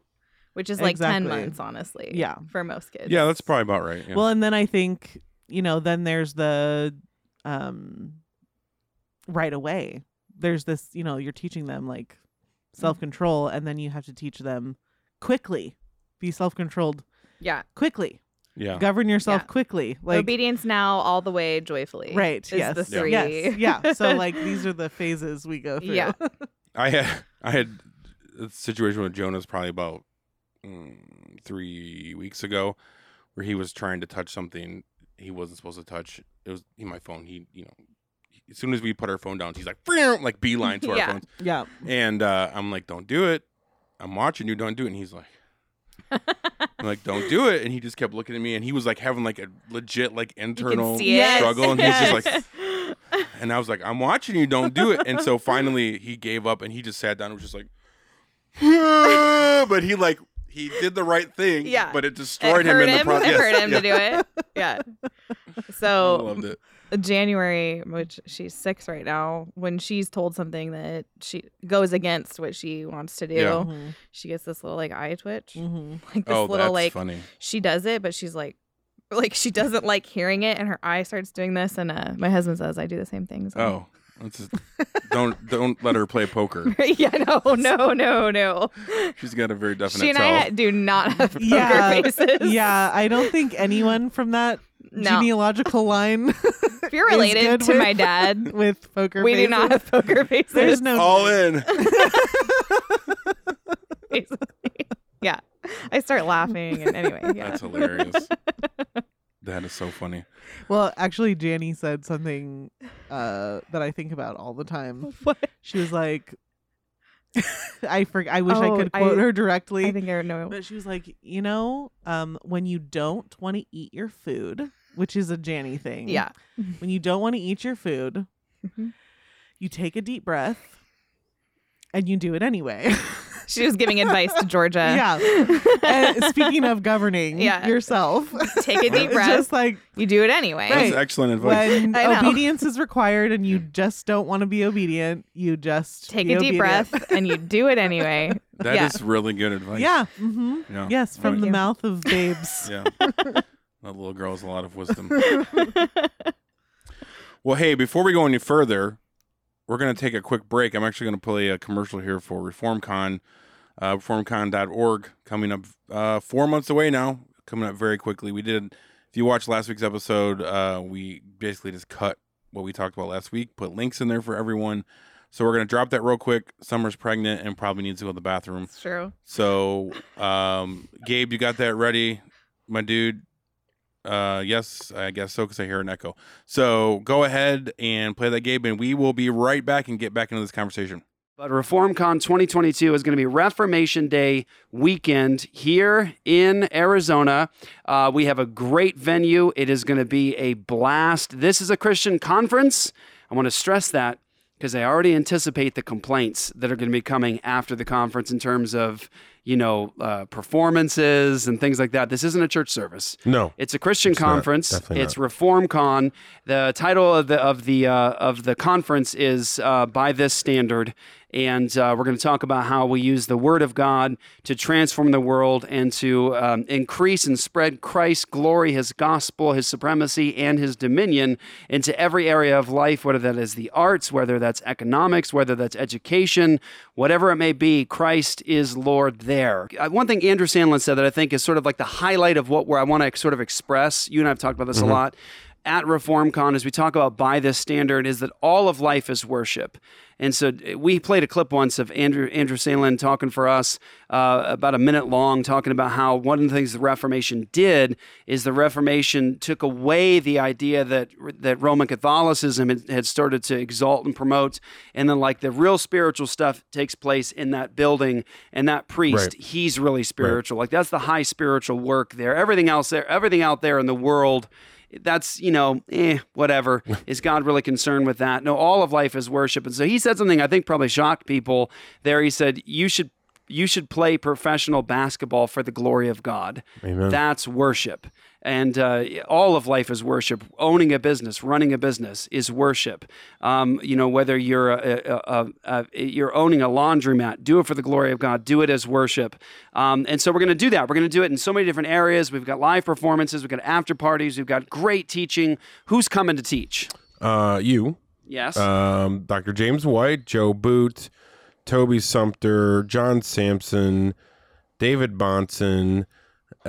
S8: Which is like
S5: Exactly.
S8: 10 months, honestly.
S5: Yeah.
S8: For most kids.
S7: yeah, that's probably about right. yeah.
S5: Well, and then I think you know, then there's the um right away. There's this, you know, you're teaching them like self control, and then you have to teach them quickly. Be self controlled
S8: Yeah.
S5: quickly.
S7: Yeah.
S5: Govern yourself
S8: Yeah.
S5: quickly. Like
S8: Obedience now, all the way joyfully.
S5: right.
S8: Is
S5: yes.
S8: the
S5: Yeah.
S8: three.
S5: Yes. Yeah. So like these are the phases we go through.
S8: Yeah.
S7: I had I had a situation with Jonas probably about mm, three weeks ago, where he was trying to touch something he wasn't supposed to touch. It was he, my phone. He you know, as soon as we put our phone down, he's like "Frrrr," like beeline to our
S8: Yeah.
S7: phones,
S5: Yeah.
S7: and uh, I'm like, "Don't do it." I'm watching you. Don't do it. And he's like. I'm like, don't do it. And he just kept looking at me and he was like having like a legit like
S8: You
S7: internal
S8: can see it.
S7: struggle. And he's just like,
S8: like,
S7: And I was like, I'm watching you, don't do it. And so finally he gave up and he just sat down and was just like, but he like, he did the right thing.
S8: Yeah.
S7: But it destroyed him in the process.
S8: It hurt
S7: Yes.
S8: him
S7: yeah.
S8: to do it. Yeah.
S7: I
S8: So
S7: loved it.
S8: January, which she's six right now, when she's told something that she goes against what she wants to do,
S7: Yeah.
S5: Mm-hmm.
S8: she gets this little like eye twitch,
S5: Mhm.
S8: like this
S7: oh,
S8: little
S7: that's
S8: like
S7: funny.
S8: she does it, but she's like, like she doesn't like hearing it, and her eye starts doing this. And uh, my husband says I do the same thing. so-
S7: Oh, that's just, don't, don't let her play poker.
S8: yeah, no, no, no, no.
S7: She's got a very definite
S8: She and
S7: tell.
S8: I do not have poker
S5: Yeah.
S8: faces.
S5: Yeah. I don't think anyone from that
S8: No.
S5: genealogical line
S8: if you're
S5: is
S8: related
S5: good
S8: to
S5: with-
S8: my dad,
S5: with poker.
S8: we do
S5: faces.
S8: not have poker faces.
S5: There's no
S7: All in.
S8: basically. yeah. I start laughing and anyway, yeah.
S7: That's hilarious. That is so funny.
S5: Well, actually, Janny said something uh, that I think about all the time.
S8: What?
S5: She was like, "I for- I wish I
S8: Oh,
S5: could quote
S8: I-
S5: her
S8: I
S5: directly,
S8: think I know.
S5: but she was like, you know, um, when you don't want to eat your food, which is a Janny thing,
S8: Yeah.
S5: when you don't want to eat your food,
S8: Mhm.
S5: you take a deep breath." And you do it anyway.
S8: She was giving advice to Georgia.
S5: yeah. and speaking of governing
S8: Yeah.
S5: yourself,
S8: Take a deep breath.
S5: just like
S8: you do it anyway.
S5: Right.
S7: That's excellent advice.
S5: when
S8: I know.
S5: obedience is required and you just don't want to be obedient, you just
S8: Take
S5: be
S8: a deep
S5: obedient.
S8: breath and you do it anyway.
S7: That is
S8: yeah.
S7: really good advice.
S5: Yeah. hmm
S7: Yeah.
S5: Yes, from
S7: Right.
S5: the mouth of babes.
S7: Yeah. that little girl has a lot of wisdom. well, hey, before we go any further, we're going to take a quick break. I'm actually going to play a commercial here for ReformCon, uh, reformcon.org, coming up uh, four months away now, coming up very quickly. We did, if you watched last week's episode, uh, we basically just cut what we talked about last week, put links in there for everyone. So we're going to drop that real quick. Summer's pregnant and probably needs to go to the bathroom.
S8: It's true.
S7: So, um, Gabe, you got that ready, my dude. Uh, yes, I guess so because I hear an echo. So go ahead and play that, Gabe, and we will be right back and get back into this conversation.
S3: But ReformCon 2022 is going to be Reformation Day weekend here in Arizona. Uh, we have a great venue. It is going to be a blast. This is a Christian conference. I want to stress that because I already anticipate the complaints that are going to be coming after the conference in terms of, you know, uh, performances and things like that. This isn't a church service.
S7: No.
S3: It's a Christian
S7: not.
S3: conference.
S7: Definitely
S3: it's Reform Con. The title of the of the uh, of the conference is uh, by this standard, and uh, we're going to talk about how we use the Word of God to transform the world and to um, increase and spread Christ's glory, His gospel, His supremacy, and His dominion into every area of life, whether that is the arts, whether that's economics, whether that's education, whatever it may be. Christ is Lord there. Uh, One thing Andrew Sandlin said that I think is sort of like the highlight of what where I want to sort of express. You and I have talked about this a lot at ReformCon, as we talk about by this standard, is that all of life is worship. And so uh, we played a clip once of Andrew Andrew Sandlin talking for us uh, about a minute long, talking about how one of the things the Reformation did is the Reformation took away the idea that that Roman Catholicism had, had started to exalt and promote, and then like the real spiritual stuff takes place in that building and that priest, he's really spiritual. Like that's the high spiritual work there. Everything else there, everything out there in the world that's you know eh, whatever is god really concerned with that no all of life is worship and so he said something i think probably shocked people there he said you should you should play professional basketball for the glory of god that's worship and uh, all of life is worship owning a business running a business is worship um, you know whether you're a, a, a, a, you're owning a laundromat do it for the glory of god do it as worship um, and so we're going to do that we're going to do it in so many different areas we've got live performances we've got after parties we've got great teaching who's coming to teach
S7: Uh, you,
S3: yes
S7: um, Dr. James White, Joe Boot, Toby Sumter, John Sampson, David Bonson.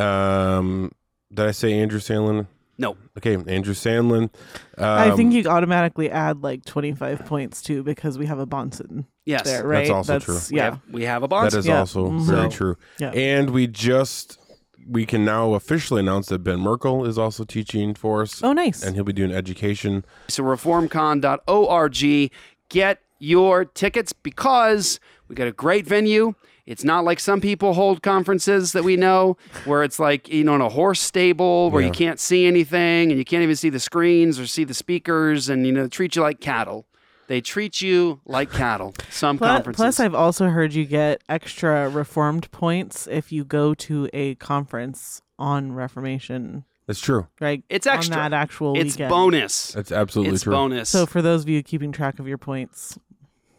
S7: Um, did I say Andrew Sandlin?
S3: no
S7: Okay, Andrew Sandlin. Um,
S5: I think you automatically add like 25 points too because we have a Bonson
S3: yes
S5: there, right?
S7: also true.
S3: we,
S5: Yeah.
S3: have, we have a
S7: that
S3: bonds
S7: is
S5: Yeah. Mm-hmm.
S7: also very
S3: So-
S7: true.
S5: Yeah.
S7: And we just we can now officially announce that Ben Merkel is also teaching for us,
S5: Oh, nice.
S7: and he'll be doing education.
S3: So reformcon.org. Get your tickets because we got a great venue. It's not like some people hold conferences that we know where it's like, you know, in a horse stable where you can't see anything and you can't even see the screens or see the speakers and, you know, treat you like cattle. They treat you like cattle, some
S5: Plu-
S3: conferences.
S5: Plus, I've also heard you get extra reformed points if you go to a conference on Reformation,
S7: That's true.
S5: right?
S3: It's extra.
S5: on that actual
S3: it's
S5: weekend.
S3: bonus.
S7: That's absolutely
S3: It's
S7: true.
S3: bonus.
S5: So for those of you keeping track of your points,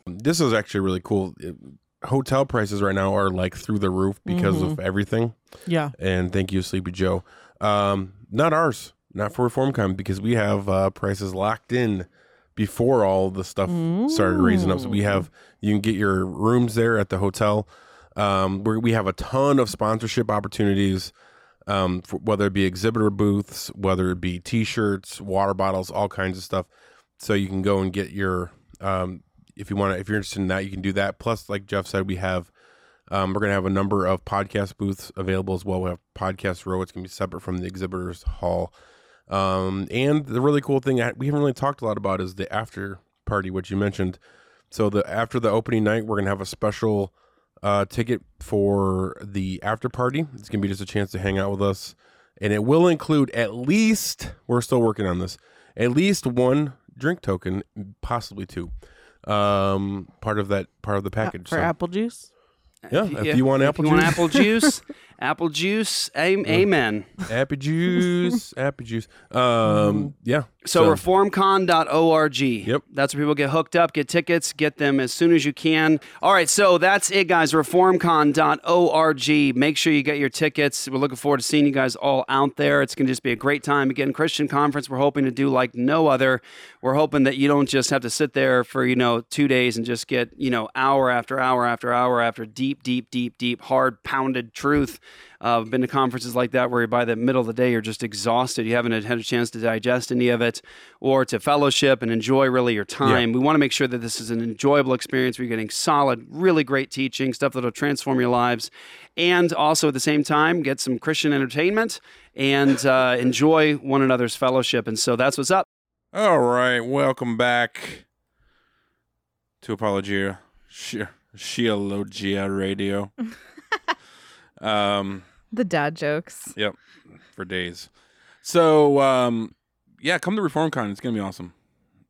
S7: This is actually really cool. It- hotel prices right now are like through the roof because
S5: Mm-hmm.
S7: of everything.
S5: yeah,
S7: And thank you, Sleepy Joe. Um, not ours, not for ReformCon, because we have uh, prices locked in before all the stuff started raising up. So we have you can get your rooms there at the hotel. Um, where we have a ton of sponsorship opportunities, um, for, whether it be exhibitor booths, whether it be T-shirts, water bottles, all kinds of stuff. So you can go and get your um, if you want to if you're interested in that, you can do that. Plus, like Jeff said, we have um, we're going to have a number of podcast booths available as well. We have Podcast Row. It's going to be separate from the exhibitors hall. Um, and the really cool thing that we haven't really talked a lot about is the after party, which you mentioned. So the after the opening night, we're going to have a special uh, ticket for the after party. It's going to be just a chance to hang out with us, and it will include at least we're still working on this, at least one drink token, possibly two. Um, part of that part of the package
S5: for
S7: So-
S5: apple juice.
S7: yeah, if you want apple
S3: you want
S7: juice.
S3: apple juice, Apple juice. am- Amen.
S7: Apple juice, apple juice. Um, yeah.
S3: So, reformcon.org.
S7: Yep.
S3: That's where people get hooked up, get tickets, get them as soon as you can. All right, so that's it, guys. Reformcon.org. Make sure you get your tickets. We're looking forward to seeing you guys all out there. It's going to just be a great time. Again, Christian conference, we're hoping to do like no other. We're hoping that you don't just have to sit there for, you know, two days and just get, you know, hour after hour after hour after deep, deep, deep, deep, hard pounded truth. Uh, I've been to conferences like that where by the middle of the day you're just exhausted. You haven't had a chance to digest any of it or to fellowship and enjoy really your time. We want to make sure that this is an enjoyable experience. where you are getting solid, really great teaching, stuff that'll transform your lives, and also at the same time get some Christian entertainment and uh, enjoy one another's fellowship. And so that's what's up.
S7: All right, welcome back to Apologia, She- Sheologia Radio. um,
S8: The dad jokes.
S7: yep, for days. So, um, yeah, come to ReformCon. It's gonna be awesome.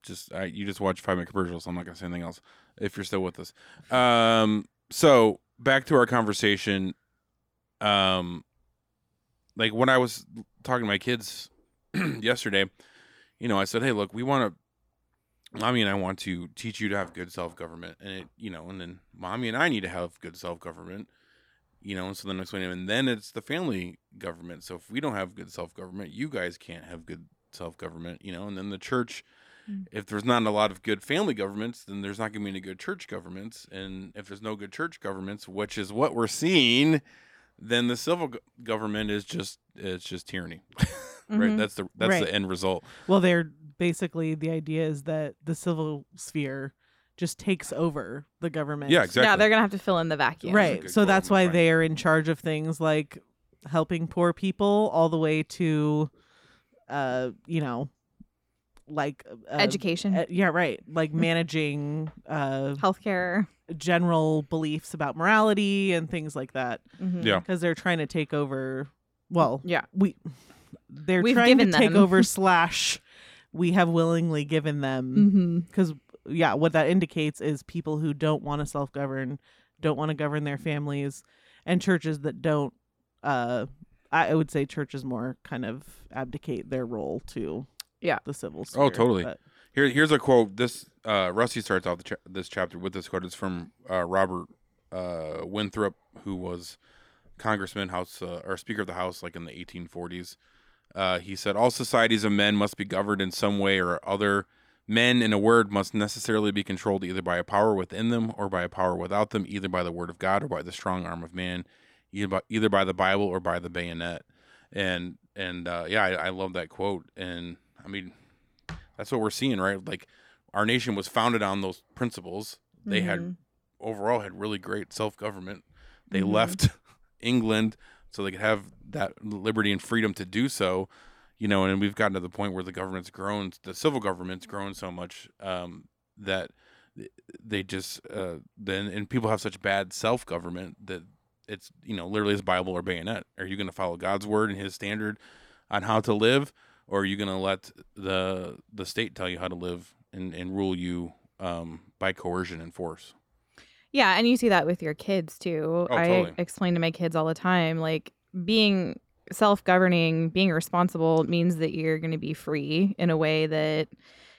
S7: Just I, you just watch five minute commercials. So I'm not gonna say anything else if you're still with us. Um, so back to our conversation. Um, like when I was talking to my kids yesterday, you know, I said, "Hey, look, we want to. Mommy and I want to teach you to have good self government, and it, you know, and then mommy and I need to have good self government, you know. And so the next one, and then it's the family government. So if we don't have good self government, you guys can't have good self government, you know. And then the church, if there's not a lot of good family governments, then there's not going to be any good church governments. And if there's no good church governments, which is what we're seeing, then the civil go- government is just it's just tyranny, right? That's the that's
S5: Right.
S7: the end result.
S5: Well, they're basically the idea is that the civil sphere just takes over the government.
S7: Yeah, exactly.
S8: Yeah, they're gonna have to fill in the vacuum.
S7: a
S5: Right.
S7: good
S5: So that's why
S7: government, right.
S5: they are in charge of things like helping poor people all the way to uh, you know, like uh,
S8: Education,
S5: uh, yeah, right. Like managing uh
S8: healthcare.
S5: general beliefs about morality and things like that
S8: Mhm.
S7: Yeah.
S5: because they're trying to take over well
S8: Yeah.
S5: we they're
S8: We've
S5: trying to
S8: given
S5: take
S8: them.
S5: over slash we have willingly given them
S8: Mm-hmm.
S5: because yeah what that indicates is people who don't want to self-govern don't want to govern their families and churches that don't uh i I would say churches more kind of abdicate their role to
S8: Yeah.
S5: the civil sphere,
S7: Oh, totally.
S5: but-
S7: Here, here's a quote. This uh, Rusty starts off the cha- this chapter with this quote. It's from uh, Robert uh, Winthrop, who was congressman, House uh, or Speaker of the House, like in the 1840s. Uh, he said, "All societies of men must be governed in some way or other. Men, in a word, must necessarily be controlled either by a power within them or by a power without them, either by the word of God or by the strong arm of man, either by, either by the Bible or by the bayonet." And and uh, yeah, I, I love that quote. And I mean, that's what we're seeing, right? Like our nation was founded on those principles. They had overall had really great self government. They left England so they could have that liberty and freedom to do so. You know, and we've gotten to the point where the government's grown, the civil government's grown so much um, that they just uh, then and people have such bad self government that it's you know literally is Bible or bayonet. Are you going to follow God's word and His standard on how to live, or are you going to let the the state tell you how to live and and rule you um, by coercion and force?
S8: Yeah, and you see that with your kids too.
S7: Oh,
S8: I
S7: totally.
S8: explain to my kids all the time like being self-governing, being responsible means that you're going to be free in a way that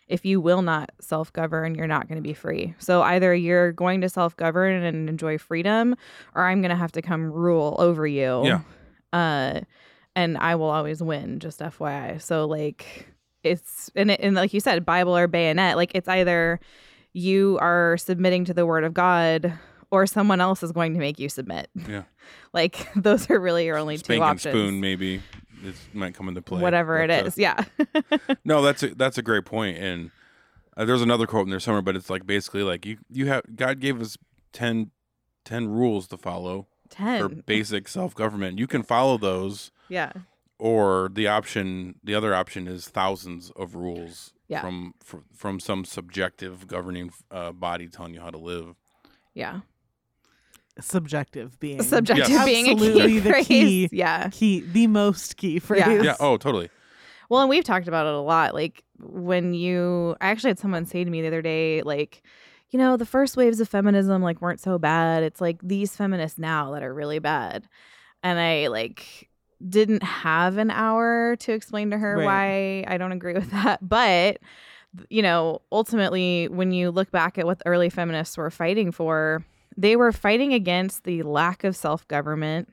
S8: if you will not self-govern, you're not going to be free. So either you're going to self-govern and enjoy freedom or I'm going to have to come rule over you.
S7: Yeah.
S8: Uh and I will always win, just FYI. So like it's and it, and like you said, Bible or bayonet, like it's either you are submitting to the word of God or someone else is going to make you submit.
S7: Yeah.
S8: Like those are really your only
S7: Spank
S8: two
S7: and
S8: options.
S7: spoon maybe it might come into play.
S8: Whatever it
S7: But, uh,
S8: is. Yeah.
S7: No, that's a, that's a great point. And uh, there's another quote in there somewhere, but it's like basically like you you have God gave us 10, 10 rules to follow for
S8: 10.
S7: basic self government. You can follow those,
S8: Yeah.
S7: or the option the other option is thousands of rules
S8: Yeah.
S7: from from, from some subjective governing uh, body telling you how to live.
S8: Yeah.
S5: subjective being
S8: Subjective
S7: Yes.
S8: being a
S5: Absolutely
S8: key
S5: the
S8: phrase.
S5: key.
S8: Yeah.
S5: key the most key phrase
S7: Yeah. Oh, totally.
S8: Well, and we've talked about it a lot. Like when you, I actually had someone say to me the other day, like, you know, the first waves of feminism like weren't so bad. It's like these feminists now that are really bad. and I like didn't have an hour to explain to her
S5: Right.
S8: why I don't agree with that. But you know, ultimately when you look back at what the early feminists were fighting for, they were fighting against the lack of self-government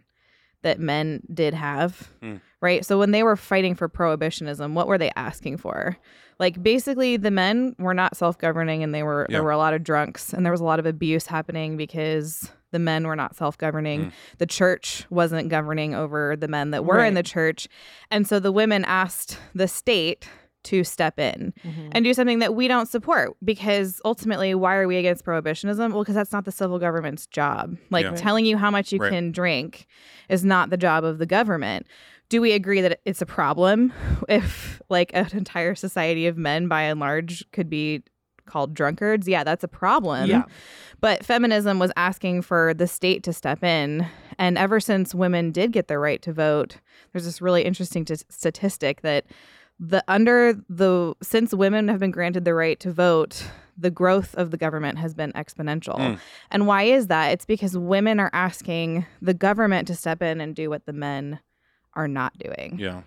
S8: that men did have.
S7: Mm.
S8: Right? So when they were fighting for prohibitionism, what were they asking for? Like basically the men were not self-governing and they were
S7: Yeah.
S8: there were a lot of drunks and there was a lot of abuse happening because the men were not
S7: Hmm.
S8: self-governing. The church wasn't governing over the men that were in
S5: Right.
S8: the church. And so the women asked the state to step in and do something that we don't support because ultimately why are we against prohibitionism? Well, because that's not the civil government's job. Like
S7: Yeah. Right.
S8: telling you how much you
S7: Right.
S8: can drink is not the job of the government. Do we agree that it's a problem if like an entire society of men by and large could be called drunkards? Yeah, that's a problem.
S5: Yeah.
S8: But feminism was asking for the state to step in. And ever since women did get the right to vote, there's this really interesting t- statistic that the under the since women have been granted the right to vote, the growth of the government has been exponential.
S7: Mm.
S8: And why is that? It's because women are asking the government to step in and do what the men are not doing.
S7: Yeah,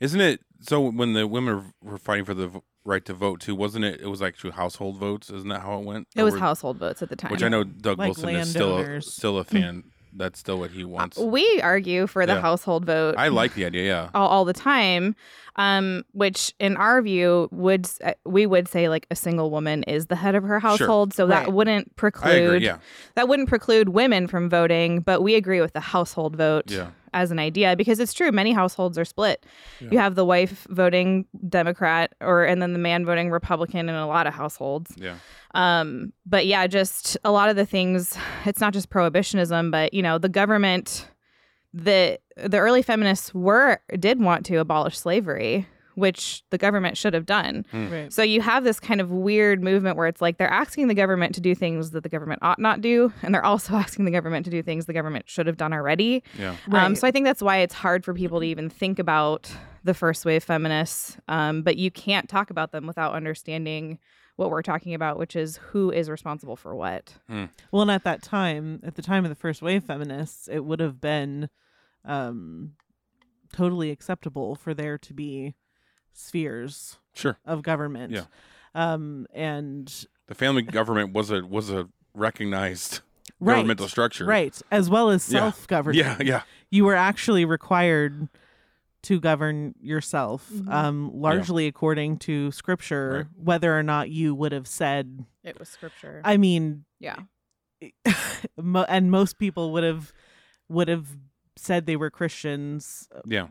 S7: isn't it? So when the women were fighting for the v- right to vote too, wasn't it? It was actually household votes. Isn't that how it went?
S8: It
S7: Or
S8: was
S7: were-
S8: household votes at the time.
S7: which I know Doug
S5: Like
S7: Wilson is still a,
S5: landowners. Uh, oh,
S7: still a fan. That's still what he wants.
S8: We argue for the
S7: Yeah.
S8: household vote.
S7: I like the idea. Yeah,
S8: all, all the time um which in our view would s- uh, we would say like a single woman is the head of her household so that
S5: Right.
S8: wouldn't
S7: I
S8: preclude
S7: agree. Yeah,
S8: that wouldn't preclude women from voting but we agree with the household vote
S7: Yeah.
S8: as an idea because it's true many households are split you have the wife voting democrat or and then the man voting republican in a lot of households
S7: yeah.
S8: um, but yeah, just a lot of the things. It's not just prohibitionism, but you know, the government, the the early feminists were did want to abolish slavery, which the government should have done.
S5: Right.
S8: So you have this kind of weird movement where it's like they're asking the government to do things that the government ought not do, and they're also asking the government to do things the government should have done already.
S7: Yeah.
S8: Um, so I think that's why it's hard for people to even think about the first wave feminists. Um, but you can't talk about them without understanding what we're talking about, which is who is responsible for what.
S5: Well, and at that time, at the time of the first wave feminists, it would have been um, totally acceptable for there to be spheres
S7: Sure.
S5: of government.
S7: Yeah.
S5: Um, and
S7: The family government was a was a recognized
S5: right,
S7: governmental structure.
S5: right, as well as
S7: Yeah.
S5: self governing.
S7: Yeah. Yeah.
S5: you were actually required to govern yourself, um, largely according to scripture, whether or not you would have said.
S8: It was scripture.
S5: I mean,
S8: yeah.
S5: mo- and most people would have would have said they were Christians,
S7: Yeah.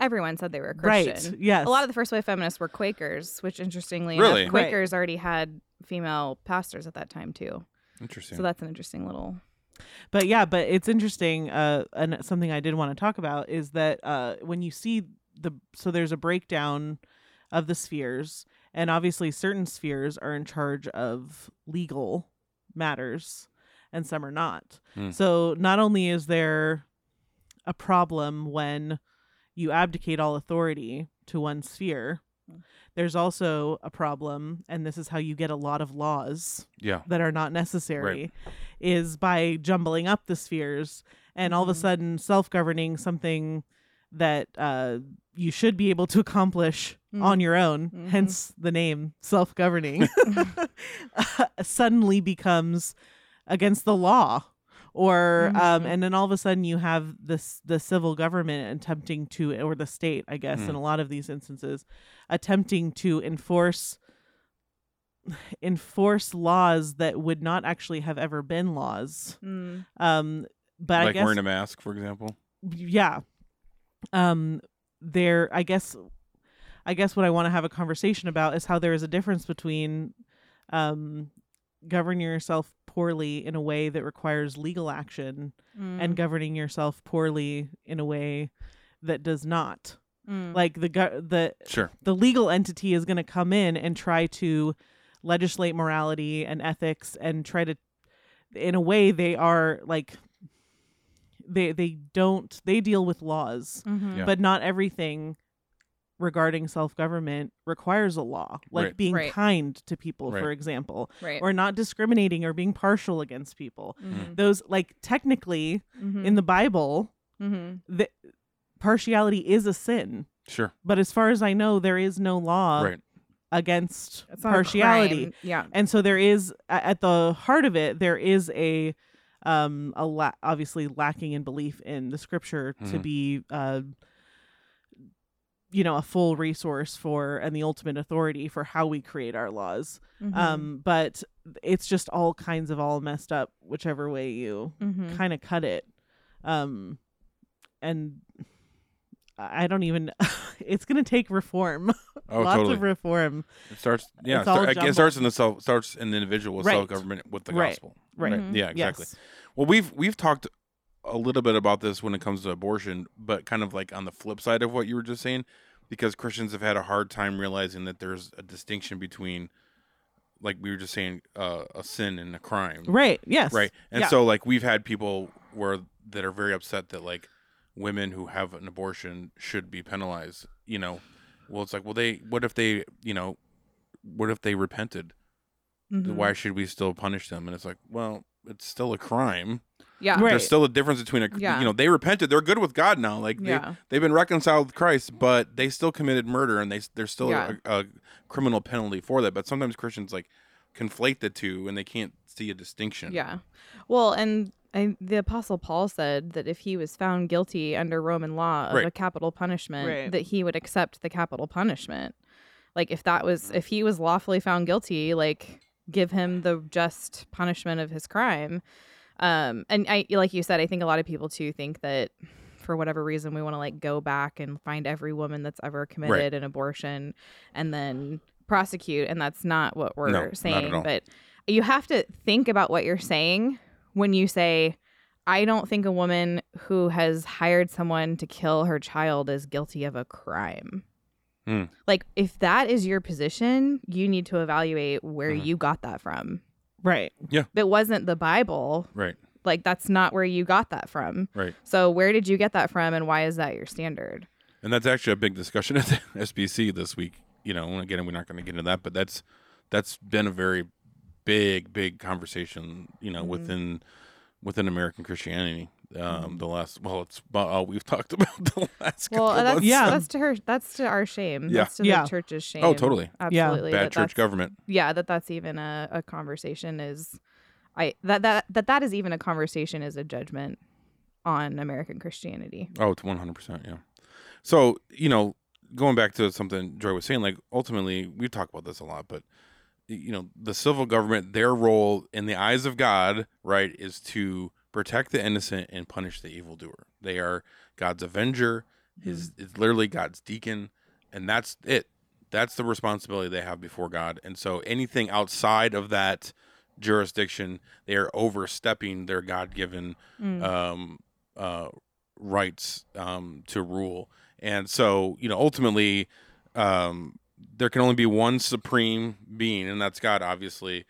S8: Everyone said they were Christian.
S5: right? Yes,
S8: A lot of the first wave feminists were Quakers, which interestingly
S7: Really?
S8: enough,
S5: Right.
S8: Quakers already had female pastors at that time too.
S7: Interesting.
S8: So that's an interesting little
S5: but yeah, but it's interesting. Uh, and something I did want to talk about is that uh, when you see the so there's a breakdown of the spheres, and obviously certain spheres are in charge of legal matters, and some are not.
S7: Hmm.
S5: So not only is there a problem when you abdicate all authority to one sphere.
S8: Hmm.
S5: There's also a problem, and this is how you get a lot of laws
S7: yeah.
S5: that are not necessary is by jumbling up the spheres and all of a sudden self-governing something that uh, you should be able to accomplish on your own hence the name self-governing suddenly becomes against the law or um, and then all of a sudden you have this the civil government attempting to or the state i guess in a lot of these instances attempting to enforce enforce laws that would not actually have ever been laws.
S8: mm,
S5: Um, but I
S7: Like
S5: guess
S7: wearing a mask, for example.
S5: yeah, um, there. I guess, I guess what I want to have a conversation about is how there is a difference between, um, governing yourself poorly in a way that requires legal action
S8: Mm.
S5: and governing yourself poorly in a way that does not.
S8: mm.
S5: Like the go- the
S7: Sure.
S5: the legal entity is going to come in and try to legislate morality and ethics and try to in a way they are like they they don't they deal with laws
S8: Mhm.
S7: Yeah.
S5: but not everything regarding self-government requires a law like
S7: Right.
S5: being
S8: Right. Eh.
S5: kind to people for
S7: Right.
S5: example
S8: right.
S5: or not
S7: Mm.
S5: discriminating or being partial against people
S8: Mhm.
S5: those like technically
S8: Mhm.
S5: in the bible
S8: Mm-hmm.
S5: The partiality is a sin,
S7: Sure.
S5: but as far as I know, there is no law
S7: Right.
S5: against partiality.
S8: Yeah.
S5: and so there is a- at the heart of it there is a um a la- obviously lacking in belief in the scripture to
S7: Mhm.
S5: be uh you know a full resource for and the ultimate authority for how we create our laws
S8: Mm-hmm.
S5: um but it's just all kinds of all messed up whichever way you
S8: Mhm.
S5: kind of cut it um and i I don't even it's going to take reform
S7: Oh,
S5: lots
S7: totally.
S5: of reform
S7: it starts. Yeah.
S5: it's
S7: start-
S5: all
S7: I guess it
S5: jumbled.
S7: starts in the self. Starts in the individual
S5: Right.
S7: self government with the
S5: Right.
S7: gospel.
S5: right Mm-hmm.
S8: Mhm.
S7: Yeah. Exactly.
S5: yes.
S7: Well, we've we've talked a little bit about this when it comes to abortion, but kind of like on the flip side of what you were just saying, because Christians have had a hard time realizing that there's a distinction between, like we were just saying, uh, a sin and a crime,
S5: right yes
S7: Right. And
S5: Yeah.
S7: so like we've had people where that are very upset that like women who have an abortion should be penalized. You know, well it's like well they what if they you know what if they repented?
S5: Mm-hmm.
S8: Mhm.
S7: Why should we still punish them? And it's like well it's still a crime.
S8: Yeah.
S5: Right.
S7: There's still a difference between a
S8: Yeah.
S7: you know they repented they're good with God now like they
S8: Yeah.
S7: they've been reconciled with Christ but they still committed murder and they there's still
S8: Yeah.
S7: a, a criminal penalty for that. But sometimes Christians like conflate the two and they can't see a distinction.
S8: Yeah. Well, and I, the Apostle Paul said that if he was found guilty under Roman law of
S7: Right.
S8: a capital punishment,
S5: Right.
S8: that he would accept the capital punishment. Like if that was if he was lawfully found guilty, like give him the just punishment of his crime. Um, and I like you said, I think a lot of people too think that for whatever reason we want to like go back and find every woman that's ever committed an abortion and then prosecute, and that's not what we're
S7: No, not at
S8: saying.
S7: all.
S8: But you have to think about what you're saying when you say, I don't think a woman who has hired someone to kill her child is guilty of a crime.
S7: Hmm.
S8: Like, if that is your position, you need to evaluate where
S7: Mhm.
S8: you got that from.
S5: right
S8: If it wasn't the Bible,
S7: Right.
S8: like, that's not where you got that from.
S7: Right.
S8: So, where did you get that from, and why is that your standard?
S7: And that's actually a big discussion at the SBC this week. You know, and again, we're not going to get into that, but that's that's been a very big, big conversation. You
S8: Mm-hmm.
S7: know, within within American Christianity, um, the last well, it's about all we've talked about the last.
S8: Mm-hmm. Well, uh,
S7: couple
S8: that's
S7: months.
S5: Yeah.
S8: that's to her. That's to our shame.
S7: Yeah.
S8: That's to
S5: Yeah.
S8: the church's shame.
S7: Oh, totally.
S8: Absolutely.
S7: bad
S8: that
S7: church
S8: that's-
S7: government.
S8: Yeah, that that's even a, a conversation is, I that that that that is even a conversation is a judgment on American Christianity.
S7: Oh, it's one hundred percent. Yeah. So you know, going back to something Joy was saying, like ultimately, we talk about this a lot, but you know, the civil government, their role in the eyes of God, right, is to protect the innocent and punish the evildoer. They are God's avenger. His
S8: Mm-hmm.
S7: it's literally God's deacon, and that's it. That's the responsibility they have before God. And so anything outside of that jurisdiction, they are overstepping their God given
S8: Mm.
S5: Mm.
S7: um, uh, rights um, to rule. And so, you know, ultimately, um, there can only be one supreme being, and that's God, obviously.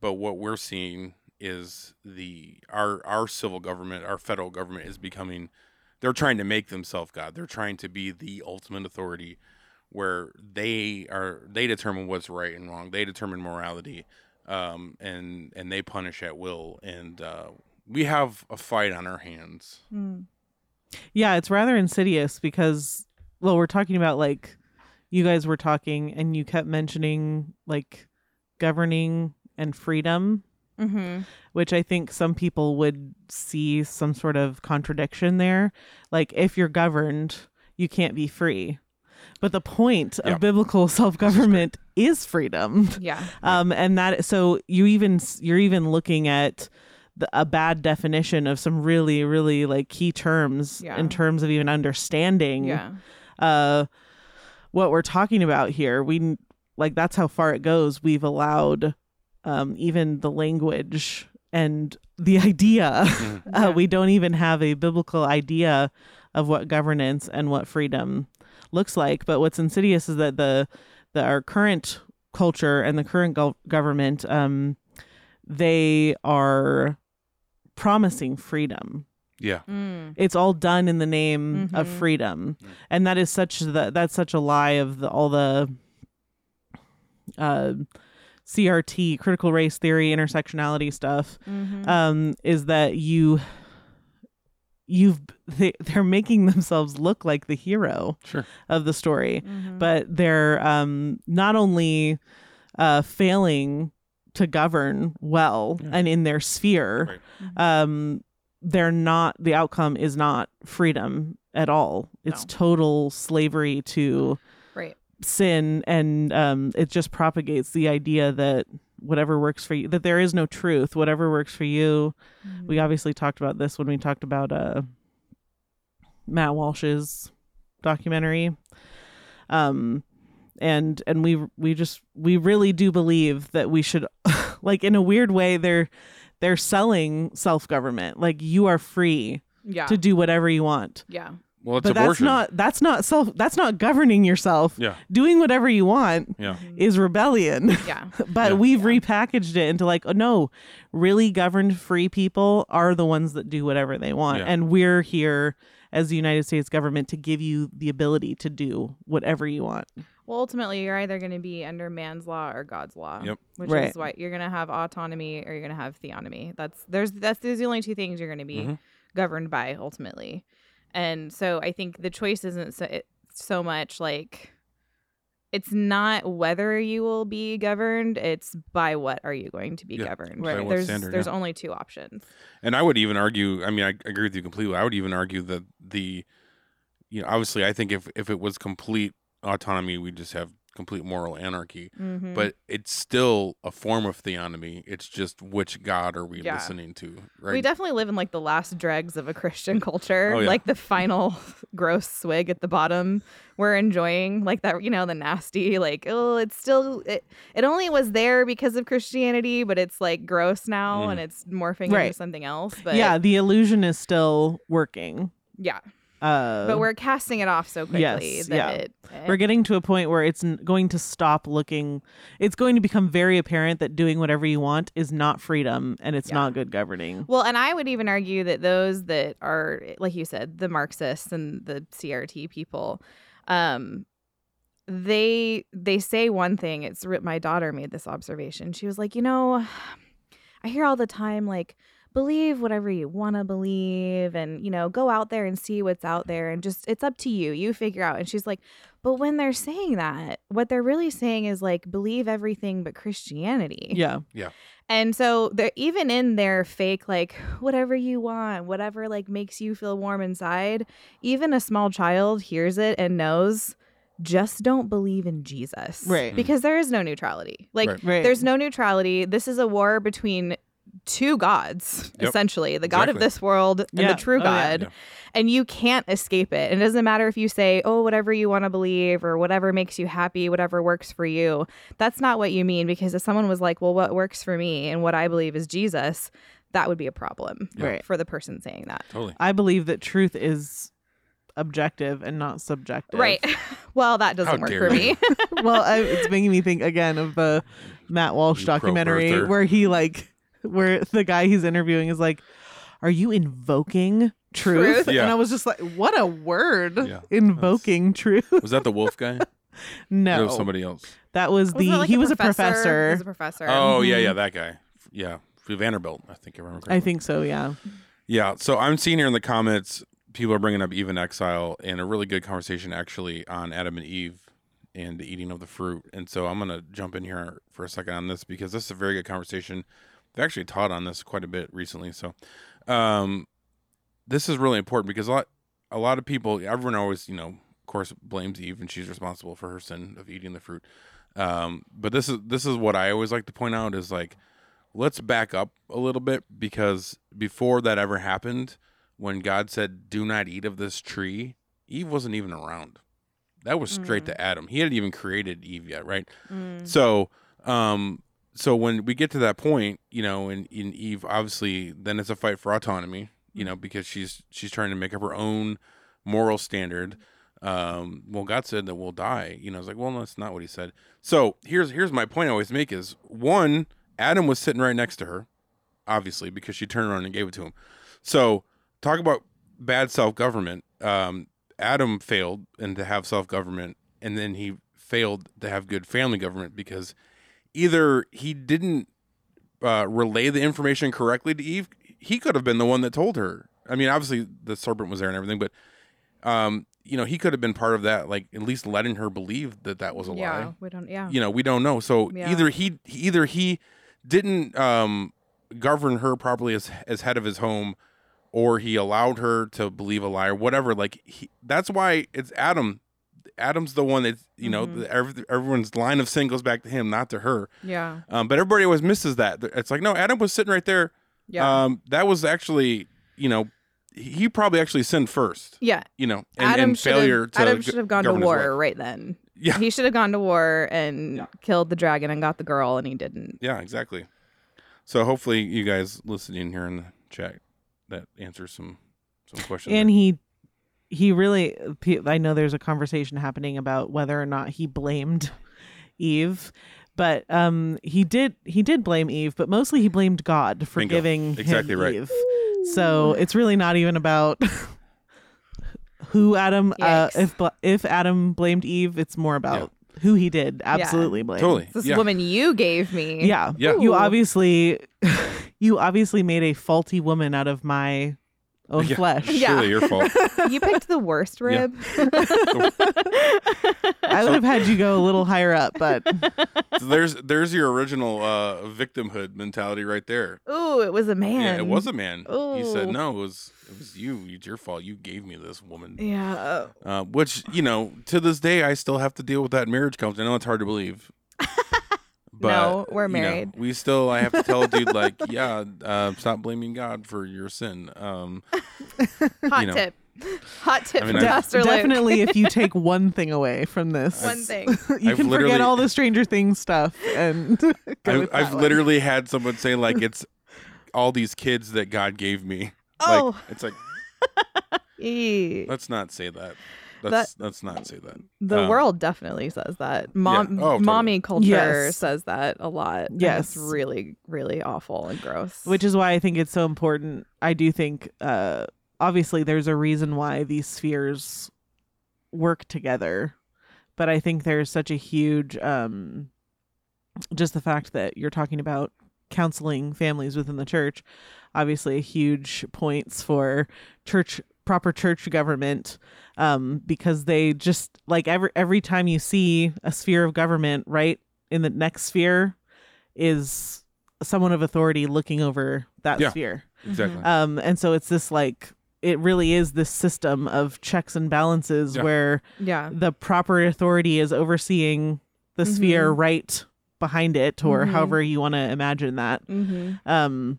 S7: But what we're seeing is the our our civil government, our federal government, is becoming. They're trying to make themselves God. They're trying to be the ultimate authority, where they are. They determine what's right and wrong. They determine morality, um, and and they punish at will. And uh, we have a fight on our hands.
S5: Mm. Yeah, it's rather insidious because well, we're talking about like you guys were talking and you kept mentioning like governing and freedom,
S8: Mm-hmm.
S5: which I think some people would see some sort of contradiction there. Like if you're governed, you can't be free. But the point
S7: Yeah.
S5: of biblical self-government is freedom.
S8: Yeah.
S5: Um and that so you even you're even looking at the, a bad definition of some really really like key terms
S8: Yeah.
S5: in terms of even understanding
S8: Yeah.
S5: uh what we're talking about here we like that's how far it goes we've allowed um even the language and the idea uh, we don't even have a biblical idea of what governance and what freedom looks like but what's insidious is that the the our current culture and the current gov government um they are promising freedom
S7: Yeah.
S8: Mm.
S5: it's all done in the name of
S8: Mhm.
S5: freedom and that is such the that's such a lie of the, all the uh crt critical um, race theory intersectionality stuff
S8: hmm
S5: um is that you you've they, they're making themselves look like the hero of the story
S8: Mm-hmm.
S5: but they're um not only uh failing to govern well and in their sphere um they're not the outcome is not freedom at all it's total slavery to
S8: Right.
S5: sin and um, it just propagates the idea that whatever works for you that there is no truth whatever works for you we obviously talked about this when we talked about uh, matt walsh's documentary um, and and we we just we really do believe that we should like in a weird way they're they're selling self-government like you are free
S8: Mm-hmm. Yeah.
S5: to do whatever you want
S8: yeah.
S7: Well, it's
S5: but that's
S7: abortion.
S5: not that's not self that's not governing yourself
S7: Yeah.
S5: doing whatever you want
S7: yeah.
S5: is rebellion
S8: Yeah.
S5: but we've repackaged it into like oh no really governed free people are the ones that do whatever they want
S7: Yeah.
S5: and we're here as the united states government to give you the ability to do whatever you want
S8: Well, ultimately, you're either going to be under man's law or God's law.
S7: Yep.
S8: Which
S5: Right.
S8: is why you're going to have autonomy or you're going to have theonomy. That's there's that's there's the only two things you're going to be
S7: Mm-hmm.
S8: governed by ultimately. And so I think the choice isn't so it, so much like it's not whether you will be governed; it's by what are you going to be
S7: Yeah,
S8: governed.
S7: by what
S8: There's
S7: standard,
S8: there's
S7: yeah.
S8: only two options.
S7: And I would even argue, I mean, I agree with you completely. I would even argue that the, you know, obviously, I think if, if it was complete autonomy, we'd just have complete moral anarchy.
S5: Mm-hmm.
S8: Mhm.
S7: But it's still a form of theonomy. It's just which God are we
S8: Yeah.
S7: listening to, right?
S8: We definitely live in like the last dregs of a Christian culture,
S7: Oh, yeah.
S8: like the final gross swig at the bottom. We're enjoying like that, you know, the nasty, like oh, it's still it. It only was there because of Christianity, but it's like gross now,
S7: Mm-hmm.
S8: and it's morphing into
S5: Right.
S8: something else. But
S5: yeah the illusion is still working
S8: yeah.
S5: uh
S8: But we're casting it off so quickly
S5: Yes,
S8: that
S5: yeah.
S8: it.
S5: we're getting to a point where it's n- going to stop looking it's going to become very apparent that doing whatever you want is not freedom and it's not good governing
S8: Well, and I would even argue that those that are, like you said, the Marxists and the CRT people, um, they they say one thing. It's re- my daughter made this observation. She was like, you know, I hear all the time, like believe whatever you want to believe and you know go out there and see what's out there and just it's up to you you figure out and she's like but when they're saying that what they're really saying is like believe everything but christianity
S5: yeah
S8: and so they're even in their fake like whatever you want, whatever like makes you feel warm inside, even a small child hears it and knows just don't believe in Jesus.
S5: Right.
S8: Because there is no neutrality. Like
S7: Mm. Right.
S5: Right.
S8: there's no neutrality. This is a war between two gods
S7: Yep.
S8: essentially the god of
S7: Exactly.
S8: this world and
S5: Yeah.
S8: the true
S5: Oh, yeah.
S8: god
S7: Yeah.
S8: and you can't escape it and it doesn't matter if you say oh whatever you want to believe or whatever makes you happy whatever works for you that's not what you mean because if someone was like well what works for me and what i believe is jesus that would be a problem
S5: Right.
S8: for the person saying that
S7: totally.
S5: i believe that truth is objective and not subjective
S8: right well that
S7: How
S8: doesn't work
S7: dare
S8: for me
S5: well I, it's making me think again of the matt walsh
S7: You
S5: documentary
S7: pro-birther.
S5: where he like where the guy he's interviewing is like are you invoking truth,
S8: Truth?
S7: Yeah.
S5: and i was just like what a word
S7: Yeah.
S5: invoking truth
S7: Was that the wolf guy? Or
S5: no
S7: was somebody else?
S5: that was the
S8: Wasn't that, like,
S5: he was a
S8: He
S5: professor
S8: was a professor
S7: Oh, yeah,
S5: Mm-hmm.
S7: yeah, that guy. Yeah. Vanderbilt, I think I remember.
S5: i
S7: correctly.
S5: think so yeah
S7: Yeah. So I'm seeing here in the comments, people are bringing up Eve and Exile and a really good conversation actually on Adam and Eve and the eating of the fruit. And so I'm going to jump in here for a second on this because this is a very good conversation. I've actually taught on this quite a bit recently. So um, this is really important because a lot, a lot of people, everyone always, you know, of course, blames Eve and she's responsible for her sin of eating the fruit. Um, but this is this is what I always like to point out is like let's back up a little bit because before that ever happened, when God said, Do not eat of this tree, Eve wasn't even around. That was straight to Adam. He hadn't even created Eve yet, right? So, um, so when we get to that point, you know, and in Eve, obviously, then it's a fight for autonomy, you know, because she's she's trying to make up her own moral standard. Um, well, God said that we'll die. You know, it's like, well, no, that's not what He said. So here's here's my point. I always make is one, Adam was sitting right next to her, obviously, because she turned around and gave it to him. So talk about bad self government. Um, Adam failed and to have self government, and then he failed to have good family government because either he didn't uh, relay the information correctly to Eve. He could have been the one that told her, I mean, obviously the serpent was there and everything, but um, you know, he could have been part of that, like at least letting her believe that that was a
S8: yeah,
S7: lie.
S8: we don't. Yeah,
S7: You know, we don't know. So
S8: Oh. Yeah.
S7: either he either he didn't um govern her properly as as head of his home or he allowed her to believe a lie or whatever like he, that's why it's Adam Adam's the one that you know
S8: Mm-hmm.
S7: the- every, everyone's line of sin goes back to him not to her
S8: yeah,
S7: um, but everybody always misses that it's like no Adam was sitting right there
S8: yeah,
S7: um, that was actually, you know, he probably actually sinned first,
S8: yeah.
S7: you know, and,
S8: Adam
S7: and
S8: should have-
S7: failure to
S8: Adam
S7: go-
S8: should have gone to
S7: govern his
S8: war
S7: way.
S8: right then.
S7: Yeah.
S8: he should have gone to war and killed the dragon and got the girl, and he didn't.
S7: Yeah, exactly. So hopefully you guys listening here in the chat that answers some some questions.
S5: and
S7: there.
S5: he he really pe- i know there's a conversation happening about whether or not he blamed eve but um he did he did blame eve but mostly he blamed god for
S7: Bingo.
S5: giving
S7: Exactly
S5: him
S7: right.
S5: eve so it's really not even about who adam uh,
S8: Yikes.
S5: if bl- if adam blamed eve it's more about who he did absolutely blame
S7: totally.
S8: This
S7: yeah.
S8: woman you gave me.
S5: yeah
S7: Yeah.
S5: you obviously you obviously made a faulty woman out of my own
S7: Yeah.
S5: flesh
S8: Yeah.
S7: Surely your fault.
S8: you picked the worst rib.
S5: I would have had you go a little higher up, but
S7: So there's there's your original uh, victimhood mentality right there.
S8: Ooh, it was a man.
S7: Yeah, it was a man. He said,
S8: Ooh.
S7: "No, it was it was you. It's your fault. You gave me this woman."
S8: Yeah. uh,
S7: Uh, which you know, to this day, I still have to deal with that marriage comes. I know it's hard to believe. But,
S8: No, we're
S7: you know,
S8: married.
S7: we still, I have to tell a dude like, yeah, uh, stop blaming God for your sin. Um,
S8: Hot
S7: You know.
S8: tip. Hot tip
S7: I mean,
S8: from
S7: I-
S8: Pastor Luke.
S5: definitely if you take one thing away from this,
S8: One thing.
S5: you
S7: I've
S5: can
S7: literally-
S5: forget all the Stranger Things stuff. And go
S7: I've,
S5: with that
S7: I've
S5: one.
S7: literally had someone say like, it's all these kids that God gave me.
S8: Oh.
S7: Like, it's like
S8: Eee.
S7: let's not say that. Let's let's not say that.
S5: Mm-hmm.
S8: The
S7: uh, Um,
S8: world definitely says that. Mom,
S7: Oh, totally.
S8: mommy culture
S5: Yes.
S8: says that a lot. and
S5: Yes.
S8: it's really, really awful and gross.
S5: which is why I think it's so important. I do think, uh, obviously, there's a reason why these spheres work together, but I think there's such a huge, um, just the fact that you're talking about counseling families within the church, obviously, huge points for church proper church government um because they just like every every time you see a sphere of government right in the next sphere is someone of authority looking over that
S7: Yeah.
S5: sphere.
S7: Exactly.
S5: Um, and so it's this like it really is this system of checks and balances
S7: Yeah.
S5: where
S8: yeah.
S5: the proper authority is overseeing the
S8: Mhm.
S5: sphere right behind it, or
S8: Mhm.
S5: however you want to imagine that.
S8: Mm-hmm.
S5: Um,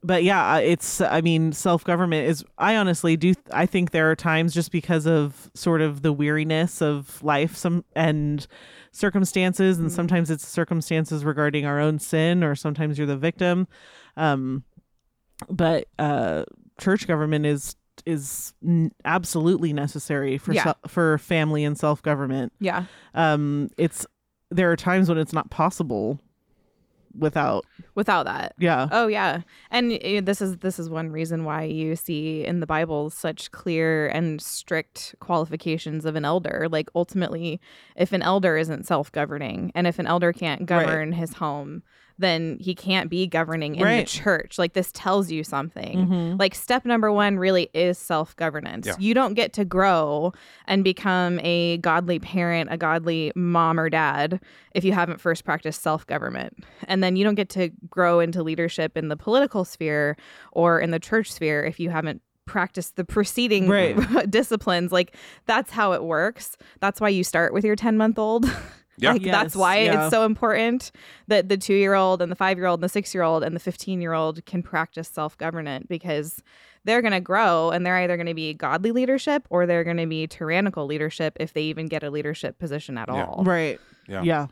S5: but yeah, I- it's I mean, self government is. I honestly do. th- I think there are times just because of sort of the weariness of life, some and circumstances, and
S8: Mhm.
S5: sometimes it's circumstances regarding our own sin, or sometimes you're the victim. Um, but uh, church government is is n- absolutely necessary for
S8: Yeah.
S5: se- for family and self government.
S8: Yeah.
S5: Um, it's there are times when it's not possible without
S8: Without that.
S5: yeah
S8: Oh yeah, and uh, this is this is one reason why you see in the Bible such clear and strict qualifications of an elder. Like ultimately, if an elder isn't self-governing, and if an elder can't govern his home, then he can't be governing in the
S5: Right.
S8: church. Like this tells you something. Like step number one really is self-governance. You don't get to grow and become a godly parent, a godly mom or dad if you haven't first practiced self government. And then you don't get to grow into leadership in the political sphere or in the church sphere if you haven't practiced the preceding
S5: Right.
S8: disciplines. Like that's how it works. That's why you start with your 10 month old.
S7: Yeah.
S8: Like, that's
S5: Yes,
S8: why
S5: yeah.
S8: it's so important that the two year old and the five year old and the six year old and the 15 year old can practice self government because they're going to grow and they're either going to be godly leadership or they're going to be tyrannical leadership if they even get a leadership position at
S7: Yeah.
S8: all.
S5: Right.
S7: Yeah.
S5: Yeah.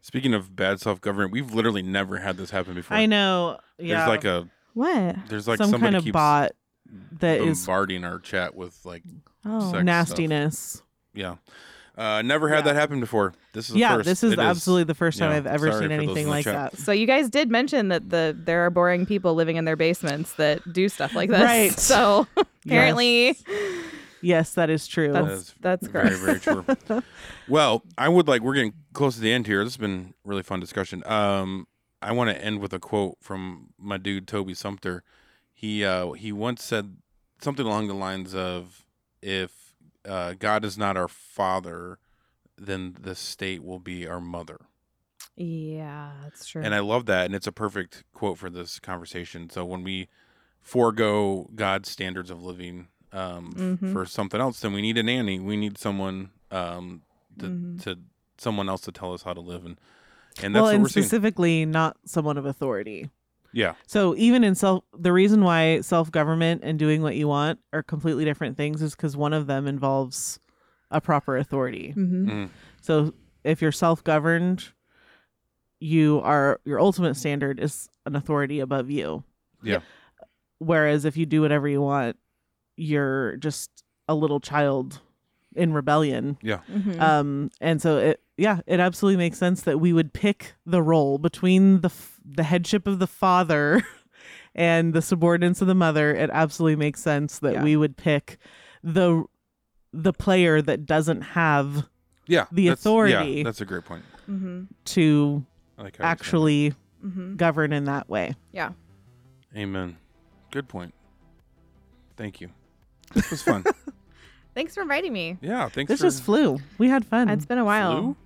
S7: Speaking of bad self government, we've literally never had this happen before.
S5: I know.
S7: There's
S5: Yeah.
S7: like a
S8: What?
S7: there's like
S5: some
S7: somebody
S5: kind of
S7: keeps
S5: bot that is
S7: bombarding our chat with like
S8: Oh.
S7: sex stuff.
S5: nastiness.
S7: Yeah. Uh, never had that happen before. This is the
S5: Yeah.
S7: first.
S5: This is
S7: It
S5: absolutely the first time
S7: Yeah.
S5: I've ever
S7: Sorry
S5: seen
S7: for those in
S5: anything
S7: the
S5: like
S7: chat.
S5: that.
S8: So you guys did mention that the there are boring people living in their basements that do stuff like this.
S5: Right.
S8: So apparently
S5: Yes, that is true.
S7: That
S8: That's-
S7: is
S8: that's
S7: very
S8: gross.
S7: very true. well, I would like we're getting close to the end here. This has been a really fun discussion. Um, I want to end with a quote from my dude Toby Sumter. He uh, he once said something along the lines of, "If uh, God is not our father, then the state will be our mother."
S8: Yeah, that's true.
S7: And I love that. And it's a perfect quote for this conversation. So when we forego God's standards of living um, f-
S5: Mm-hmm.
S8: Mhm.
S7: for something else, then we need a nanny. We need someone um, to,
S8: Mhm.
S7: to someone else to tell us how to live. And, and that's
S5: Mm-hmm. well,
S7: what
S5: and
S7: we're seeing.
S5: specifically not someone of authority.
S7: yeah.
S5: So even in self, the reason why self government and doing what you want are completely different things is because one of them involves a proper authority.
S8: Mhm.
S7: Mm-hmm.
S5: So if you're self governed, you are your ultimate standard is an authority above you.
S7: Yeah.
S5: Whereas if you do whatever you want, you're just a little child in rebellion.
S8: Mhm.
S5: Um, and so it, yeah, it absolutely makes sense that we would pick the role between the f- the headship of the father and the subordinates of the mother. It absolutely makes sense that
S8: Yeah.
S5: we would pick the the player that doesn't have
S7: Yeah.
S5: the
S7: that's-
S5: authority.
S7: Yeah, that's a great point.
S8: Mhm.
S5: to
S7: I like how you said that.
S5: actually
S8: Mhm.
S5: govern in that way.
S8: Yeah.
S7: Amen. Good point. Thank you. This was fun.
S8: Thanks for inviting me.
S7: yeah. Thanks
S5: This
S7: for
S5: just flew. We had fun.
S8: It's been a while.
S7: Flew?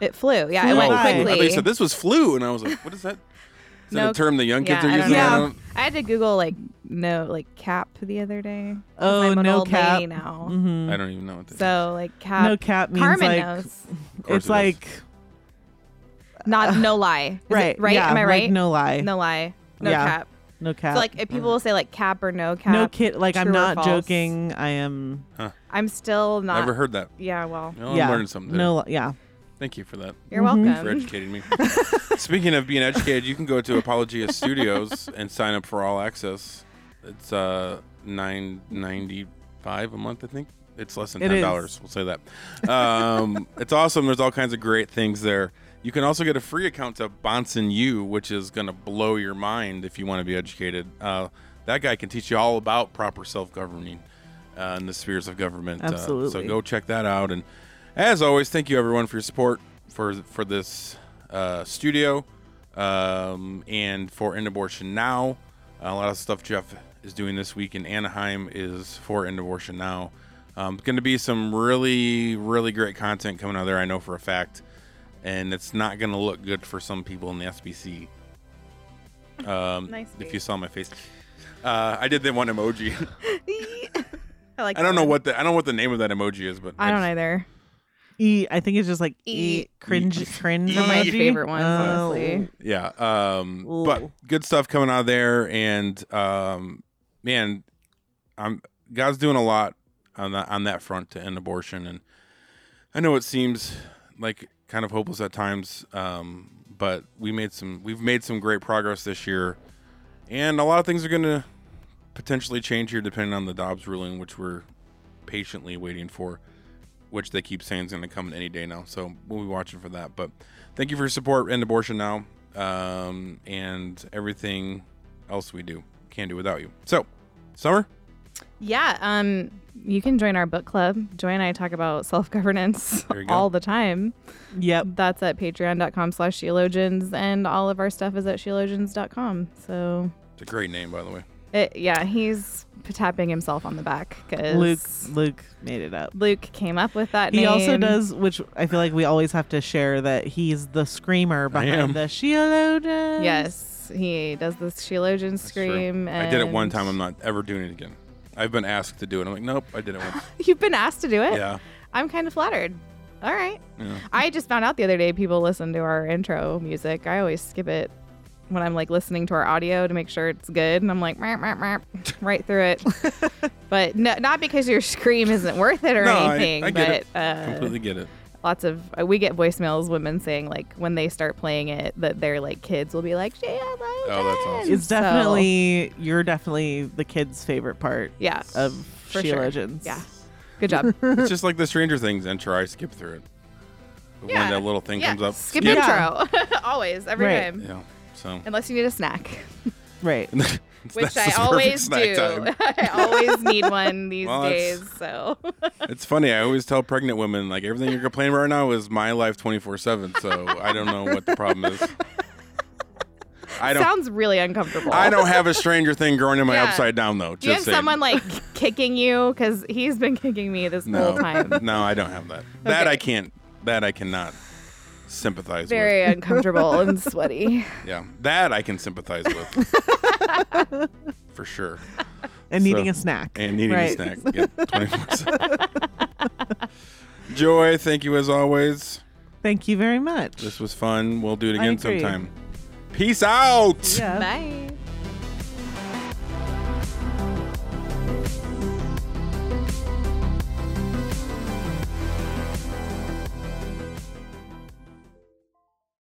S8: It flew. Yeah, it
S5: Flew
S8: went
S5: by.
S7: Oh, I thought
S8: quickly.
S7: you said this was flu, and I was like, "What is that? Is that
S8: No,
S7: a term the young kids
S8: yeah,
S7: are
S8: I
S7: using?"
S8: don't
S7: I
S5: know. Yeah.
S7: don't-
S8: I had to Google like no like cap the other day. 'cause
S5: Oh,
S8: I'm an
S5: no
S8: old
S5: cap.
S8: lady now.
S5: Mhm.
S7: I don't even know what that is.
S8: So like cap.
S5: No cap means
S8: Carmen
S5: like
S8: knows.
S7: Of course
S5: it's
S7: it is.
S5: like
S8: Not no lie. Is it
S5: right,
S8: right.
S5: yeah,
S8: Am I
S5: like,
S8: right?
S5: no lie,
S8: No lie. No
S5: Yeah.
S8: cap.
S5: no cap,
S8: So like if people will say like cap or no cap.
S5: no kid. Like I'm
S8: true or
S5: not
S8: false.
S5: joking. I am.
S8: I'm still not.
S7: Never heard that.
S8: Yeah. Well,
S7: Well,
S5: yeah,
S7: I'm learning something. today.
S5: No, Mm-hmm. li- yeah.
S7: Thank you for that.
S8: you're
S7: For
S8: welcome.
S7: educating me. Speaking of being educated, you can go to Apologia Studios and sign up for all access. It's uh nine ninety five a month, I think. It's less than
S5: It
S7: ten dollars.
S5: is.
S7: We'll say that. Um, it's awesome. There's all kinds of great things there. You can also get a free account to Bonson U, which is going to blow your mind if you want to be educated. Uh, that guy can teach you all about proper self governing uh, in the spheres of government. Uh, so
S5: Absolutely.
S7: go check that out. And as always, thank you everyone for your support for for this uh, studio um, and for End Abortion Now. a lot of stuff Jeff is doing this week in Anaheim is for End Abortion Now. Um, going to be some really really great content coming out of there. I know for a fact, and it's not going to look good for some people in the SBC. Um,
S8: Nice
S7: if
S8: bait.
S7: you saw my face, uh, I did that one emoji.
S8: I like.
S7: I
S8: that
S7: don't know
S8: one.
S7: what the I don't know what the name of that emoji is, but
S8: I don't
S7: just-
S8: either.
S5: E, I think it's just like
S8: E.
S5: e, cringe, cringe.
S8: One of my
S5: emoji.
S8: favorite ones,
S5: Oh.
S8: honestly.
S7: Yeah. Um but
S5: Ooh.
S7: good stuff coming out of there and um man, I'm God's doing a lot on that on that front to end abortion and I know it seems like kind of hopeless at times um but we made some we've made some great progress this year and a lot of things are going to potentially change here depending on the Dobbs ruling which we're patiently waiting for which they keep saying is going to come any day now. So we'll be watching for that. But thank you for your support and abortion now um, and everything else we do. Can't do without you. So, Summer,
S8: Yeah, um, you can join our book club. Joy and I talk about self governance
S7: There you go.
S8: all the time.
S5: Yep.
S8: That's at patreon.com slash theologians, and all of our stuff is at theologians.com. So,
S7: it's a great name, by the way.
S8: it, yeah, he's p- tapping himself on the back because
S5: Luke, Luke made it up.
S8: Luke came up with that
S5: He
S8: name.
S5: also does, which I feel like we always have to share that he's the screamer
S7: am.
S5: behind the Sheologians.
S8: Yes, he does the theologian scream.
S7: I did it one
S8: and-
S7: time. I'm not ever doing it again. I've been asked to do it. I'm like, nope, I did it once.
S8: You've been asked to do it?
S7: yeah.
S8: I'm kind of flattered. All right.
S7: Yeah.
S8: I just found out the other day people listen to our intro music. I always skip it when I'm like listening to our audio to make sure it's good, and I'm like "Meow, meow, meow," right through it. but no, not because your scream isn't worth it or
S7: No, I-
S8: anything.
S7: I get
S8: but Uh,
S7: Completely get it.
S8: lots of uh, we get voicemails women saying like when they start playing it that their like kids will be like, "Yeah, oh,
S7: that's awesome.
S5: It's definitely, you're definitely the kid's favorite part
S8: yeah.
S5: of
S8: for sure.
S5: Sheologians.
S8: Yeah. Good job.
S7: It's just like the Stranger Things intro. I skip through it. But
S8: Yeah.
S7: When that little thing
S8: yeah.
S7: comes up,
S8: skip,
S5: skip.
S8: intro. Always, every
S5: Right.
S8: time.
S7: Yeah. So,
S8: Unless you need a snack.
S5: Right.
S8: which
S7: that's
S8: I
S7: the perfect
S8: always
S7: snack
S8: do.
S7: time.
S8: I always need one these
S7: Well, it's-
S8: days. So
S7: It's funny. I always tell pregnant women like everything you're complaining about right now is my life 24 seven. So I don't know what the problem is. I don't.
S8: Sounds really uncomfortable.
S7: I don't have a Stranger Thing growing in my
S8: Yeah.
S7: upside down though.
S8: Do you have
S7: just saying.
S8: someone like kicking you? Because he's been kicking me this
S7: no,
S8: whole time.
S7: no, I don't have that. That
S8: Okay.
S7: I can't. That I cannot sympathize
S8: Very uncomfortable and sweaty.
S7: with. Yeah, that I can sympathize with. For sure.
S5: and needing
S7: So-
S5: a snack.
S7: And needing
S5: right?
S7: a snack. Yep, 24 Joy, thank you as always.
S5: Thank you very much.
S7: This was fun. We'll do it
S5: I
S7: again
S5: agree.
S7: sometime. Peace out.
S5: Yeah.
S8: Bye.